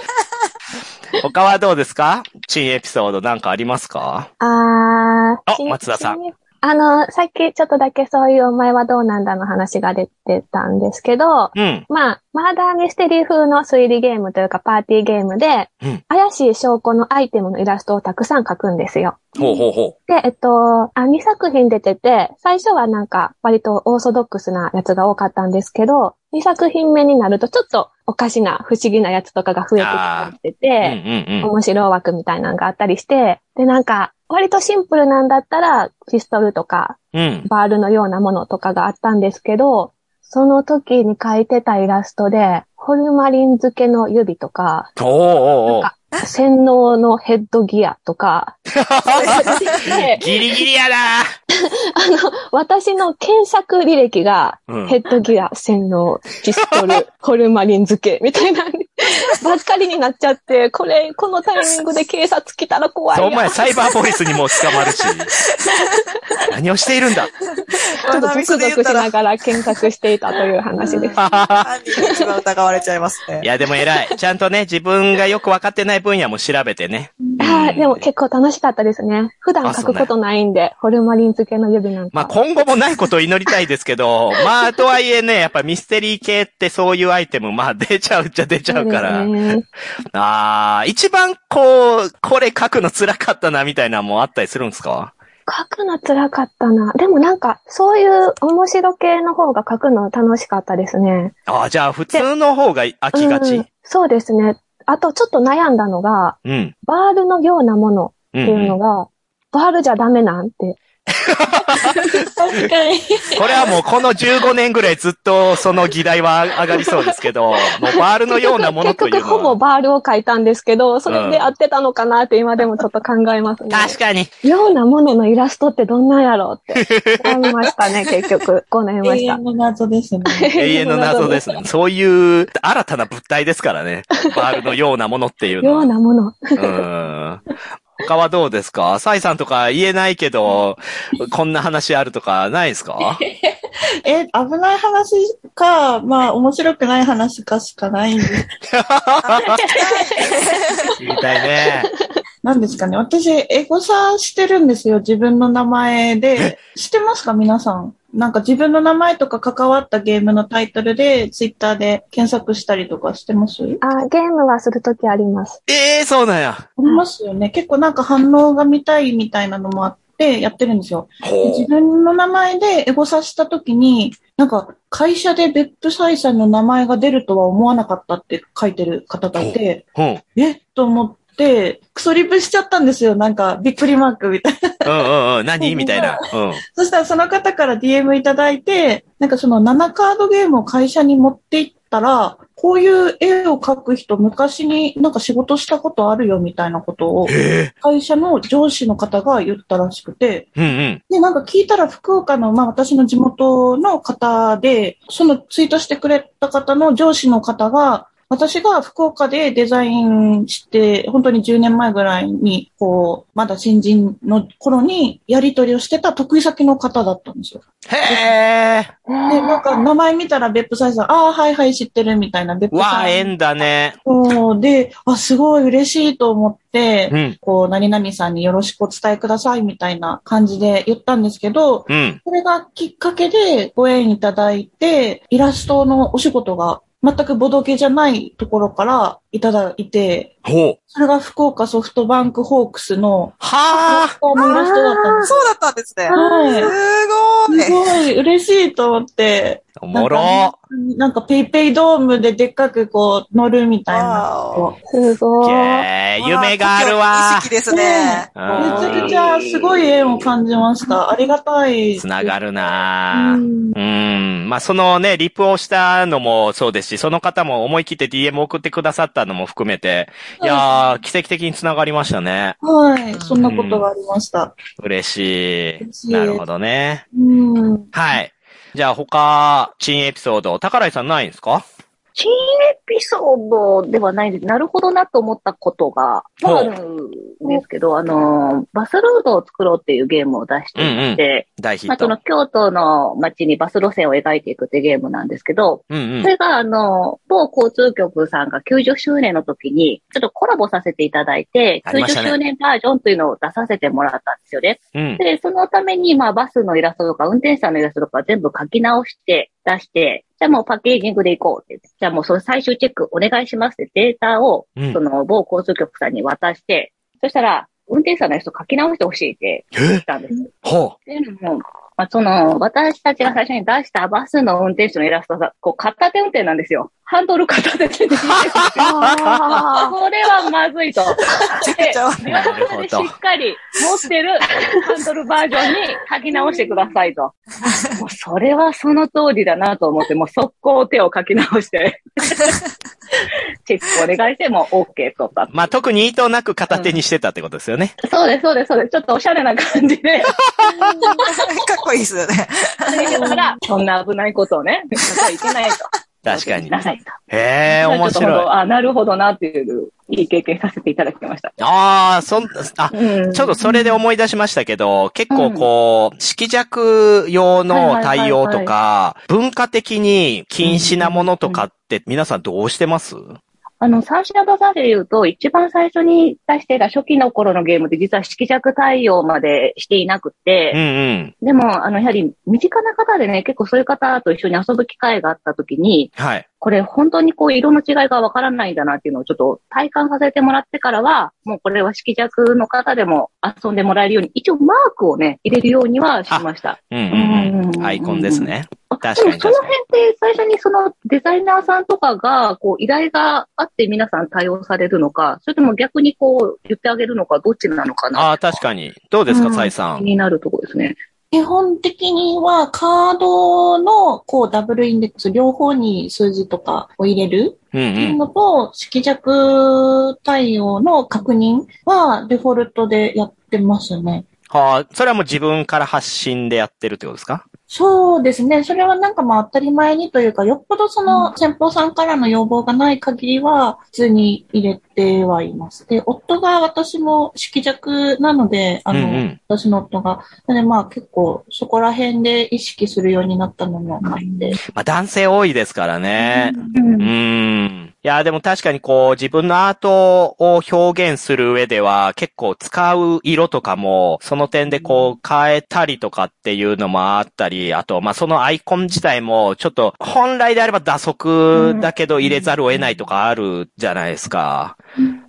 S2: 他はどうですかチーンエピソードなんかありますか
S4: あ
S2: あ
S4: ー。ち
S2: 松田さん
S4: ちなみにあの、さっきちょっとだけそういうお前はどうなんだの話が出てたんですけど、
S2: うん。
S4: まあ、マーダーミステリー風の推理ゲームというかパーティーゲームで、
S2: うん
S4: 怪しい証拠のアイテムのイラストをたくさん描くんですよ。
S2: ほうほうほ
S4: で、えっと、あ、2作品出てて、最初はなんか割とオーソドックスなやつが多かったんですけど、2作品目になるとちょっとおかしな不思議なやつとかが増えてきたりして
S2: う。うん
S4: て、
S2: うんうん。
S4: 面白枠みたいなのがあったりして、で、なんか、割とシンプルなんだったら、ピストルとか、
S2: うん。
S4: バールのようなものとかがあったんですけど、その時に描いてたイラストで、ホルマリン漬けの指とか、
S2: おーおーおー
S4: なん洗脳のヘッドギアとか、 で
S2: ギリギリやな
S4: 私の検索履歴が、
S2: うん
S4: ヘッドギア、洗脳、ピス トル、ホルマリン漬け、みたいな、 ばっかりになっちゃって、これ、このタイミングで警察来たら怖い
S2: そう
S4: や
S2: お前、サイバーポリスにもう捕まる し。何をしているんだ
S4: ちょっとゾクゾクしながら検索していたという話です。
S3: 犯人が一番疑われちゃいます
S2: い
S3: ね。
S2: や、でも偉い。ちゃんとね、自分がよく分かってない分野も調べてね。
S4: はい、でも結構楽しかったですね。普段書くことないんで、ホルマリン漬けの指なんか。
S2: まあ、今後もないことを祈りたいですけ ど、まあ、とはいえね、やっぱミステリー系ってそういうアイテム、まあ、出ちゃうっちゃ出ちゃうから。
S4: そうですね
S2: ああ、一番こう、これ書くの辛かったな、みたいなのもあったりするんですか
S4: 書くの辛かったな。でもなんか、そういう面白系の方が書くの楽しかったですね。
S2: ああ、じゃあ、普通の方が飽きが
S4: う
S2: ち
S4: ん。そうですね。あと、ちょっと悩んだのが、
S2: うん。
S4: バールのようなもの
S2: うん、
S4: っていう
S2: う
S4: の
S2: ん。
S4: が、バールじゃダメなんて。
S6: 確かに。
S2: これはもうこの15年ぐらいずっとその議題は上がりそうですけど、もうバールのようなものという
S4: 結
S2: の
S4: 局ほぼ
S2: は。
S4: バールを書いたんですけど、それで合ってたのかなって今でもちょっと考えますね。
S2: 確かに。
S4: ようなもののイラストってどんなんやろうって思いました ね、結局。こうなりま
S5: 永
S4: した
S5: 遠。の謎ですね。
S2: 永遠の謎ですね。そういう新たな物体ですからね。バールのようなものっていうの
S4: よ
S2: は。
S4: うなもの。
S2: うん。他はどうですかサイさんとか言えないけど、こんな話あるとかないですか
S5: え、危ない話か、まあ、面白くない話かしかないんです。
S2: みたいね。
S5: なんですかね。私、エゴサしてるんですよ。自分の名前で。知ってますか皆さん。なんか自分の名前とか関わったゲームのタイトルで、ツイッターで検索したりとかしてますあ
S4: あ、ゲームはするときあります。
S2: ええそうなんや。
S5: りますよね。結構なんか反応が見たいみたいなのもあって、やってるんですよ。
S2: ほ
S5: 自分の名前でエゴサしたときに、なんか会社で別府サイさんの名前が出るとは思わなかったって書いてる方がいて、
S2: う。うん。
S5: えっと思って、クソリプしちゃったんですよ。なんかびっくりマークみたいな。
S2: うんうんうん。何みたいな。うん。
S5: そしたらその方から DM いただいて、なんかその7カードゲームを会社に持っていったら、こういう絵を描く人昔になんか仕事したことあるよみたいなことを
S2: ええ
S5: 会社の上司の方が言ったらしくて、
S2: うんうん。
S5: で、なんか聞いたら福岡の、まあ私の地元の方で、そのツイートしてくれた方の上司の方が、私が福岡でデザインして、本当に10年前ぐらいに、こう、まだ新人の頃にやり取りをしてた得意先の方だったんですよ。
S2: へえ。
S5: で、なんか名前見たら別府サイさん、ああ、はいはい知ってるみたいな、別府
S2: わ
S5: さ
S2: あ、
S5: ん。
S2: 縁だね。
S5: そうで、あ、すごい嬉しいと思って、
S2: うん。
S5: こう、何々さんによろしくお伝えくださいみたいな感じで言ったんですけど、
S2: うん。
S5: これがきっかけでご縁いただいて、イラストのお仕事が全くボドゲじゃないところからいただいて、
S2: ほう。
S5: それが福岡ソフトバンクホークスの
S2: はあ。
S5: あのイラストだったんです。
S3: そうだったんですね。
S5: は
S3: すご
S5: い。す
S3: い。
S5: ごい嬉しいと思って、
S2: おもろ
S5: なんかペイペイドームででっかくこう乗るみたいな。
S3: わーお
S5: こ
S4: すご
S2: イ
S4: い。
S2: ェーイ夢があるわ
S3: 故郷に遺跡ですね。
S5: うめちゃ
S2: う
S5: く
S2: ん
S5: ちゃすごい縁を感じました。ありがたい。
S2: つなが
S5: る。
S2: るな
S5: う
S2: ぁ。
S5: ん
S2: うん。まあ、そのね、リプをしたのもそうですし、その方も思い切って DM 送ってくださったのも含めて、いやー、奇跡的につながりましたね。
S5: はい。そんなことがありました。
S2: 嬉し
S5: 嬉し
S2: い。
S5: い
S2: なるほどね。
S5: うん。
S2: はい。じゃあ他、珍エピソード、宝井さんないんですか
S1: 新エピソードではないんです。なるほどなと思ったことが、まああるんですけど、あの、バスルートを作ろうっていうゲームを出していて、
S2: 大ヒ
S1: ま
S2: ッ
S1: あそ
S2: ト。
S1: の京都の街にバス路線を描いていくってゲームなんですけど、
S2: うんうん
S1: そ。れがあの、某交通局さんが90周年の時に、ちょっとコラボさせていただいて、
S2: ありました
S1: 90
S2: ね
S1: 周年バージョンというのを出させてもらったんですよね。
S2: うん。
S1: で、そのために、まあ、バスのイラストとか、運転手さんのイラストとか全部書き直して、出して、じゃあもうパッケージングでいこうって。じゃあもうその最終チェックお願いしますってデータを、
S2: うん
S1: その某交通局さんに渡して、そしたら、運転手さんのイラスト書き直してほしいって言ったんです。
S2: ほ
S1: っていうのも、まあ、その、私たちが最初に出したバスの運転手のイラストが、こう、片手運転なんですよ。ハンドル片手で握 ってて
S4: あ
S1: これはまずいと。で
S3: じゃあ
S2: う。なるほ
S1: し
S2: ど。
S1: っかり持ってるハンドルバージョンに書き直してくださ いと。もうそれはその通りだなと思って、もう速攻手を書き直 して、チェックお願いして、もう OK 取った。
S2: まあ、特に意図なく片手にしてたってことですよね。
S1: そうです、そうです、そうです。ちょっとおしゃれな感じで、
S3: かっこいいですよね。
S1: だから、そんな危ないことをね、やっちゃいけないと。
S2: 確か
S1: し
S2: に。
S1: なさいと。
S2: へえ、面
S1: ちょっと本
S2: 白い。
S1: 当あ、なるほどなっていう、いい経験させていただきました。
S2: ああ、そん、あ、
S1: うん
S2: ちょっとそれで思い出しましたけど、結構こう、色弱用の対応とか、文化的に禁止なものとかって皆さんどうしてます
S1: あの、三品出さで言うと、一番最初に出してた初期の頃のゲームって実は色弱対応までしていなく
S2: うんう
S1: て、
S2: ん。
S1: でも、あの、やはり身近な方でね、結構そういう方と一緒に遊ぶ機会があった時に、
S2: はい。
S1: これ本当にこう色の違いがわからないんだなっていうのをちょっと体感させてもらってからは、もうこれは色弱の方でも遊んでもらえるように、一応マークをね、入れるようにはしました。
S2: うんうん
S1: うんうん
S2: う。
S1: うんん
S2: アイコンですね。かに
S1: でもその辺って最初にそのデザイナーさんとかが、こう依頼があって皆さん対応されるのか、それとも逆にこう言ってあげるのか、どっちなのかな。
S2: ああ、確かに。どうですか、
S1: うん
S2: サイさ
S1: 気
S2: ん。
S1: になるところですね。
S5: 基本的にはカードのこうダブルインデックス両方に数字とかを入れる
S2: うんう。
S5: っていうんのと、色弱対応の確認はデフォルトでやってますね。
S2: はあ、それはもう自分から発信でやってるってことですか
S5: そうですね。それはなんかまあ当たり前にというか、よっぽどその先方さんからの要望がない限りは、普通に入れてはいます。で、夫が私も色弱なので、あ
S2: うんう
S5: の、
S2: ん。
S5: 私の夫が。なのでまあ結構そこら辺で意識するようになったのもあって。
S2: まあ男性多いですからね。
S1: うん
S2: うーん。いや、でも確かにこう、自分のアートを表現する上では、結構使う色とかも、その点でこう、変えたりとかっていうのもあったり、あと、まあ、そのアイコン自体も、ちょっと、本来であれば打足だけど入れざるを得ないとかあるじゃないですか。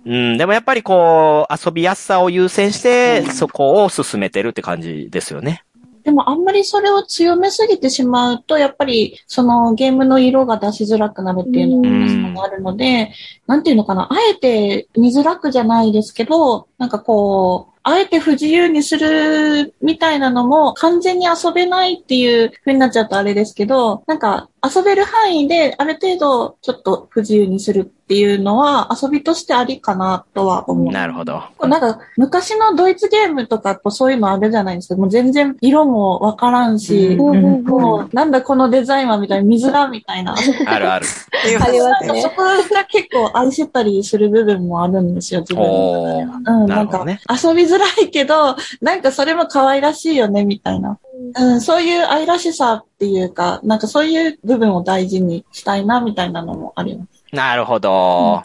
S2: うん、でもやっぱりこう、遊びやすさを優先して、そこを進めてるって感じですよね。
S5: でもあんまりそれを強めすぎてしまうと、やっぱりそのゲームの色が出しづらくなるっていうのが
S2: うん
S5: あるので、なんていうのかな、あえて見づらくじゃないですけど、なんかこう、あえて不自由にするみたいなのも完全に遊べないっていう風になっちゃうとあれですけど、なんか遊べる範囲である程度ちょっと不自由にするっていうのは遊びとしてありかなとは思う。
S2: なるほど。
S5: こうなんか、昔のドイツゲームとかこうそういうのあるじゃないですか。もう全然色もわからんし、
S4: うんうん
S5: もうなんだこのデザインはみたいな、水がみたいな。
S2: あるある。
S3: っていう
S4: あ
S3: 話
S4: り
S3: で
S4: ます
S5: そ
S4: ね。
S5: こが結構愛してたりする部分もあるんですよ、自分の
S2: おー。
S5: うん、
S2: な
S5: な
S2: る
S5: ん
S2: ほど
S5: か
S2: ね
S5: 遊びづらいけど、なんかそれも可愛らしいよね、みたいな。うん、そういう愛らしさっていうか、なんかそういう部分を大事にしたいな、みたいなのもあります。
S2: なるほど。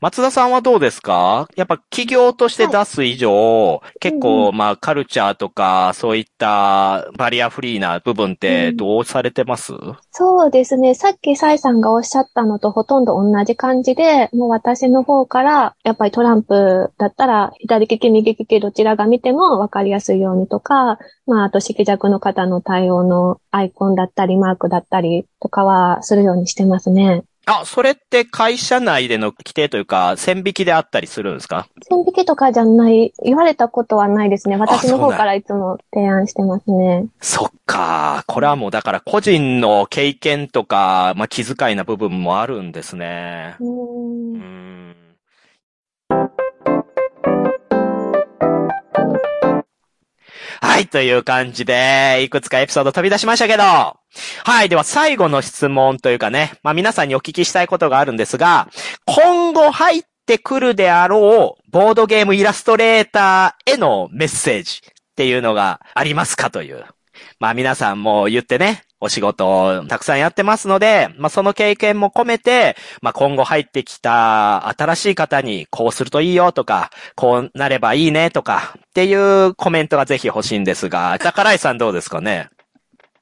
S2: 松田さんはどうですかやっぱ企業として出す以上、結構、まあ、カルチャーとか、そういったバリアフリーな部分ってどうされてます、
S4: そうですね。さっきサイさんがおっしゃったのとほとんど同じ感じで、もう私の方から、やっぱりトランプだったら、左利き、右利き、どちらが見ても分かりやすいようにとか、まあ、あと色弱の方の対応のアイコンだったり、マークだったりとかはするようにしてますね。
S2: あ、それって会社内での規定というか、線引きであったりするんですか
S4: 線引きとかじゃない、言われたことはないですね。私の
S2: そう
S4: 方
S2: なん
S4: からいつも提案してますね。
S2: そっか。これはもうだから個人の経験とか、まあ、気遣いな部分もあるんですね。
S4: うー
S2: うんん。はい、という感じで、いくつかエピソード飛び出しましたけど、はい、では最後の質問というかね、まあ皆さんにお聞きしたいことがあるんですが、今後入ってくるであろう、ボードゲームイラストレーターへのメッセージっていうのがありますかという。まあ皆さんも言ってね、お仕事をたくさんやってますので、まあその経験も込めて、まあ今後入ってきた新しい方にこうするといいよとか、こうなればいいねとかっていうコメントがぜひ欲しいんですが、宝井さんどうですかね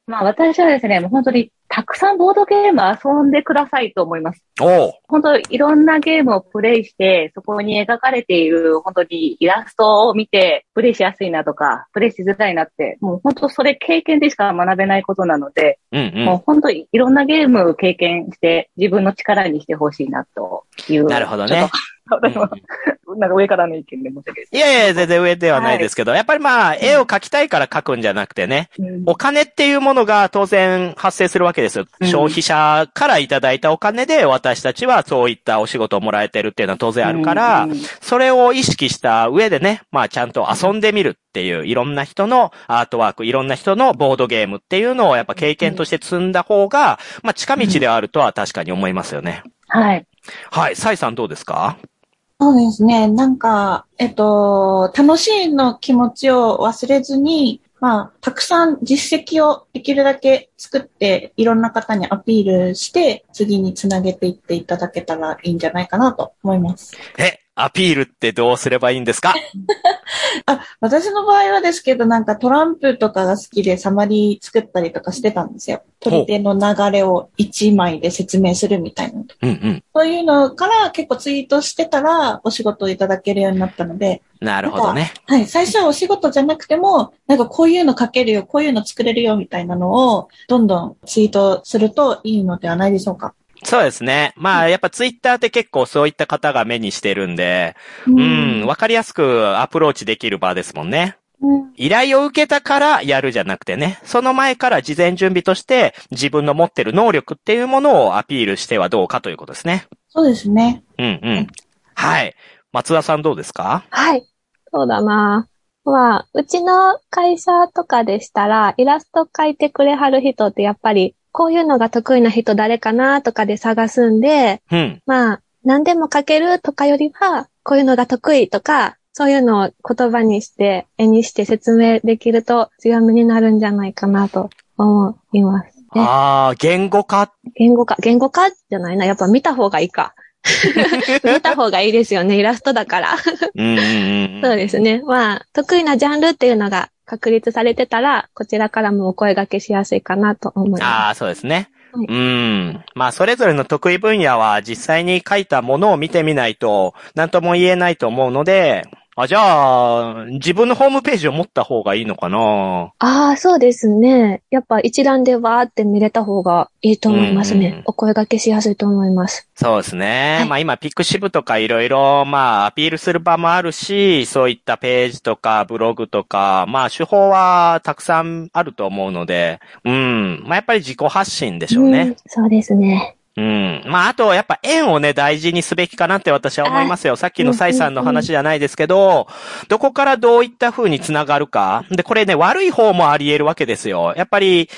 S1: まあ私はですね、もう本当にたくさんボードゲーム遊んでくださいと思います。
S2: おう
S1: 本当いろんなゲームをプレイして、そこに描かれている本当にイラストを見て、プレイしやすいなとか、プレイしづらいなって、もう本当それ経験でしか学べないことなので、
S2: うん
S1: も
S2: う。。
S1: う本当にいろんなゲームを経験して、自分の力にしてほしいなというん
S2: なるほど
S1: ちょ
S2: ね
S1: っ。と。私もなんか上からの意見で申し訳
S2: いやいや、全然上ではないですけど、やっぱりまあ、絵を描きたいから描くんじゃなくてね、
S1: ない。うん
S2: お金っていうものが当然発生するわけですよ。
S1: うん
S2: 消費者からいただいたお金で私たちはそういったお仕事をもらえてるっていうのは当然あるから、
S1: うん
S2: それを意識した上でね、まあちゃんと遊んでみるっていう、いろんな人のアートワーク、いろんな人のボードゲームっていうのをやっぱ経験として積んだ方が、まあ近道であるとは確かに思いますよね。
S1: はい。
S2: はい。サイさんどうですか
S5: そうですね。なんか、えっと、楽しいの気持ちを忘れずに、まあ、たくさん実績をできるだけ作って、いろんな方にアピールして、次につなげていっていただけたらいいんじゃないかなと思います。
S2: え、アピールってどうすればいいんですか
S5: あ、私の場合はですけど、なんかトランプとかが好きでサマリー作ったりとかしてたんですよ。取り手の流れを1枚で説明するみたいな。
S2: うんうん。
S5: そういうのから結構ツイートしてたらお仕事をいただけるようになったので、
S2: なるほどね。
S5: はい。最初はお仕事じゃなくても、なんかこういうの書けるよ、こういうの作れるよみたいなのを、どんどんツイートするといいのではないでしょうか。
S2: そうですね。まあやっぱツイッターって結構そういった方が目にしてるんで、
S5: う
S2: うん、。わかりやすくアプローチできる場ですもんね。
S4: うん
S2: 依頼を受けたからやるじゃなくてね、その前から事前準備として自分の持ってる能力っていうものをアピールしてはどうかということですね。
S5: そうですね。
S2: うんうん。はい。松田さんどうですか
S4: はい。そうだな。まあ、うちの会社とかでしたら、イラスト描いてくれはる人ってやっぱり、こういうのが得意な人誰かなとかで探すんで、
S2: うん。
S4: まあ、何でも描けるとかよりは、こういうのが得意とか、そういうのを言葉にして、絵にして説明できると強みになるんじゃないかなと思います。ね
S2: ああ、言語化。
S4: 言語化、言語化じゃないな。やっぱ見た方がいいか。 見た方がいいですよね。イラストだから。
S2: うんうん。
S4: そううんですね。まあ、得意なジャンルっていうのが確立されてたら、こちらからもお声掛けしやすいかなと思いま
S2: ああ、そうですね。
S4: はい
S2: うん。まあ、それぞれの得意分野は実際に書いたものを見てみないと、何とも言えないと思うので、あ、じゃあ、自分のホームページを持った方がいいのかな
S4: す。ああ、そうですね。やっぱ一覧でわーって見れた方がいいと思いますね。
S2: うんうん
S4: お声掛けしやすいと思います。
S2: そうですね。
S4: はい
S2: まあ今、ピクシブとかいろいろ、まあアピールする場もあるし、そういったページとかブログとか、まあ手法はたくさんあると思うので、うん。まあやっぱり自己発信でしょう
S4: う
S2: ね
S4: ん。そうですね。
S2: うん。まああと、やっぱ縁をね、大事にすべきかなって私は思いますよ。さっきのサイさんの話じゃないですけど、どこからどういった風につながるか。で、これね、悪い方もあり得るわけですよ。やっぱり、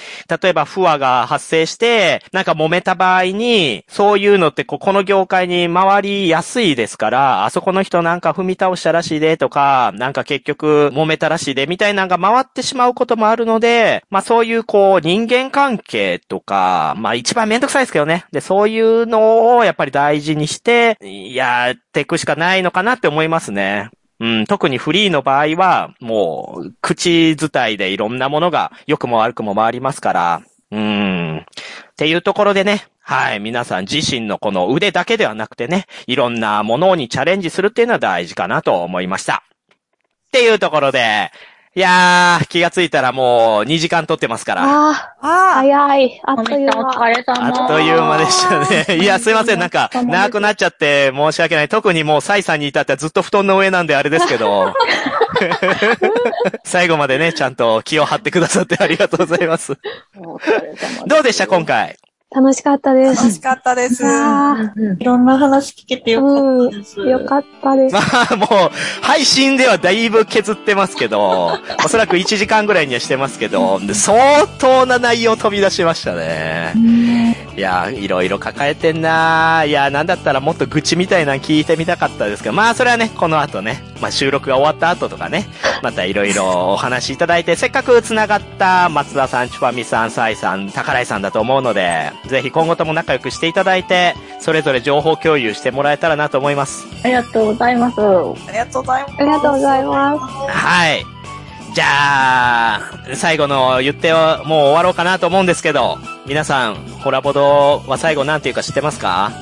S2: 例えば不和が発生して、なんか揉めた場合に、そういうのってここの業界に回りやすいですから、あそこの人なんか踏み倒したらしいでとか、なんか結局揉めたらしいでみたいなのが回ってしまうこともあるので、まあそういうこう人間関係とか、まあ一番めんどくさいですけどね。で、そういうのをやっぱり大事にして、やっていくしかないのかなって思いますね。うん、特にフリーの場合は、もう、口伝いでいろんなものが、良くも悪くも回りますから、うん。っていうところでね、はい、皆さん自身のこの腕だけではなくてね、いろんなものにチャレンジするっていうのは大事かなと思いました。っていうところで、いやー、気がついたらもう2時間撮ってますから。
S4: ああ、
S3: ああ、
S4: 早い。あっ
S1: お
S4: とい
S1: 疲
S4: う間。
S1: れ様。
S2: あっという間で したね。いや、すいません。なんか、
S6: お疲れ様です
S2: 長くなっちゃって申し訳ない。特にもう、サイさんに至ってはずっと布団の上なんであれですけ ど。最後までね、ちゃんと気を張ってくださってありがとうございます。
S1: お疲れ様す
S2: どうでした、今回。
S4: 楽しかったで
S3: 楽
S4: す。
S3: しかったです。
S4: あ
S5: いろんな話聞けてよかったです。
S4: あ、よかったで す
S2: ま。あ、もう、配信ではだいぶ削ってますけど、おそらく1時間ぐらいにはしてますけど、で相当な内容飛び出しましたね。いやー、いろいろ抱えてんなー。いやー、なんだったらもっと愚痴みたいなの聞いてみたかったですけど、まあ、それはね、この後ね、まあ、収録が終わった後とかね、またいろいろお話しいただいて、せっかく繋がった松田さん、チュパミさん、サイさん、宝井さんだと思うので、ぜひ今後とも仲良くしていただいて、それぞれ情報共有してもらえたらなと思います。
S1: ありがとうございます。
S3: ありがとうございます。
S4: ありがとうございます。
S2: はい。じゃあ、最後の言ってはもう終わろうかなと思うんですけど、皆さん、ホラボドは最後なんていうか知ってますか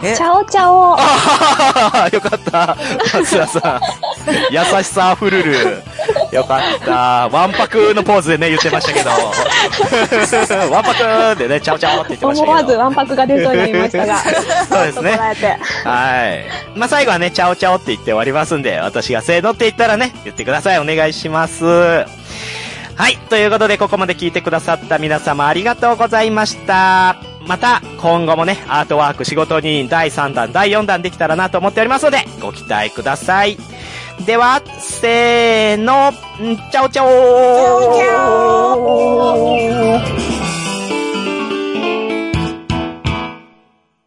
S3: え
S4: チ、ャオチャオ。
S2: ああ、よかった。松田さん。優しさあふるる。よかった。わんぱくのポーズでね、言ってました けど。わんぱくでね、ちゃおちゃおって言ってました
S4: 思
S2: けど。
S4: わずわんぱくが出そうになりましたが。
S2: そうですね
S4: こ。らえて。
S2: はい。まあ、最後はね、チャオチャオって言って終わりますんで、私がせーのって言ったらね、言ってください。お願いします。はい。ということで、ここまで聞いてくださった皆様ありがとうございました。また、今後もね、アートワーク仕事人第3弾、第4弾できたらなと思っておりますので、ご期待ください。では、せーの、んチャオチャオ
S3: チャオチャオ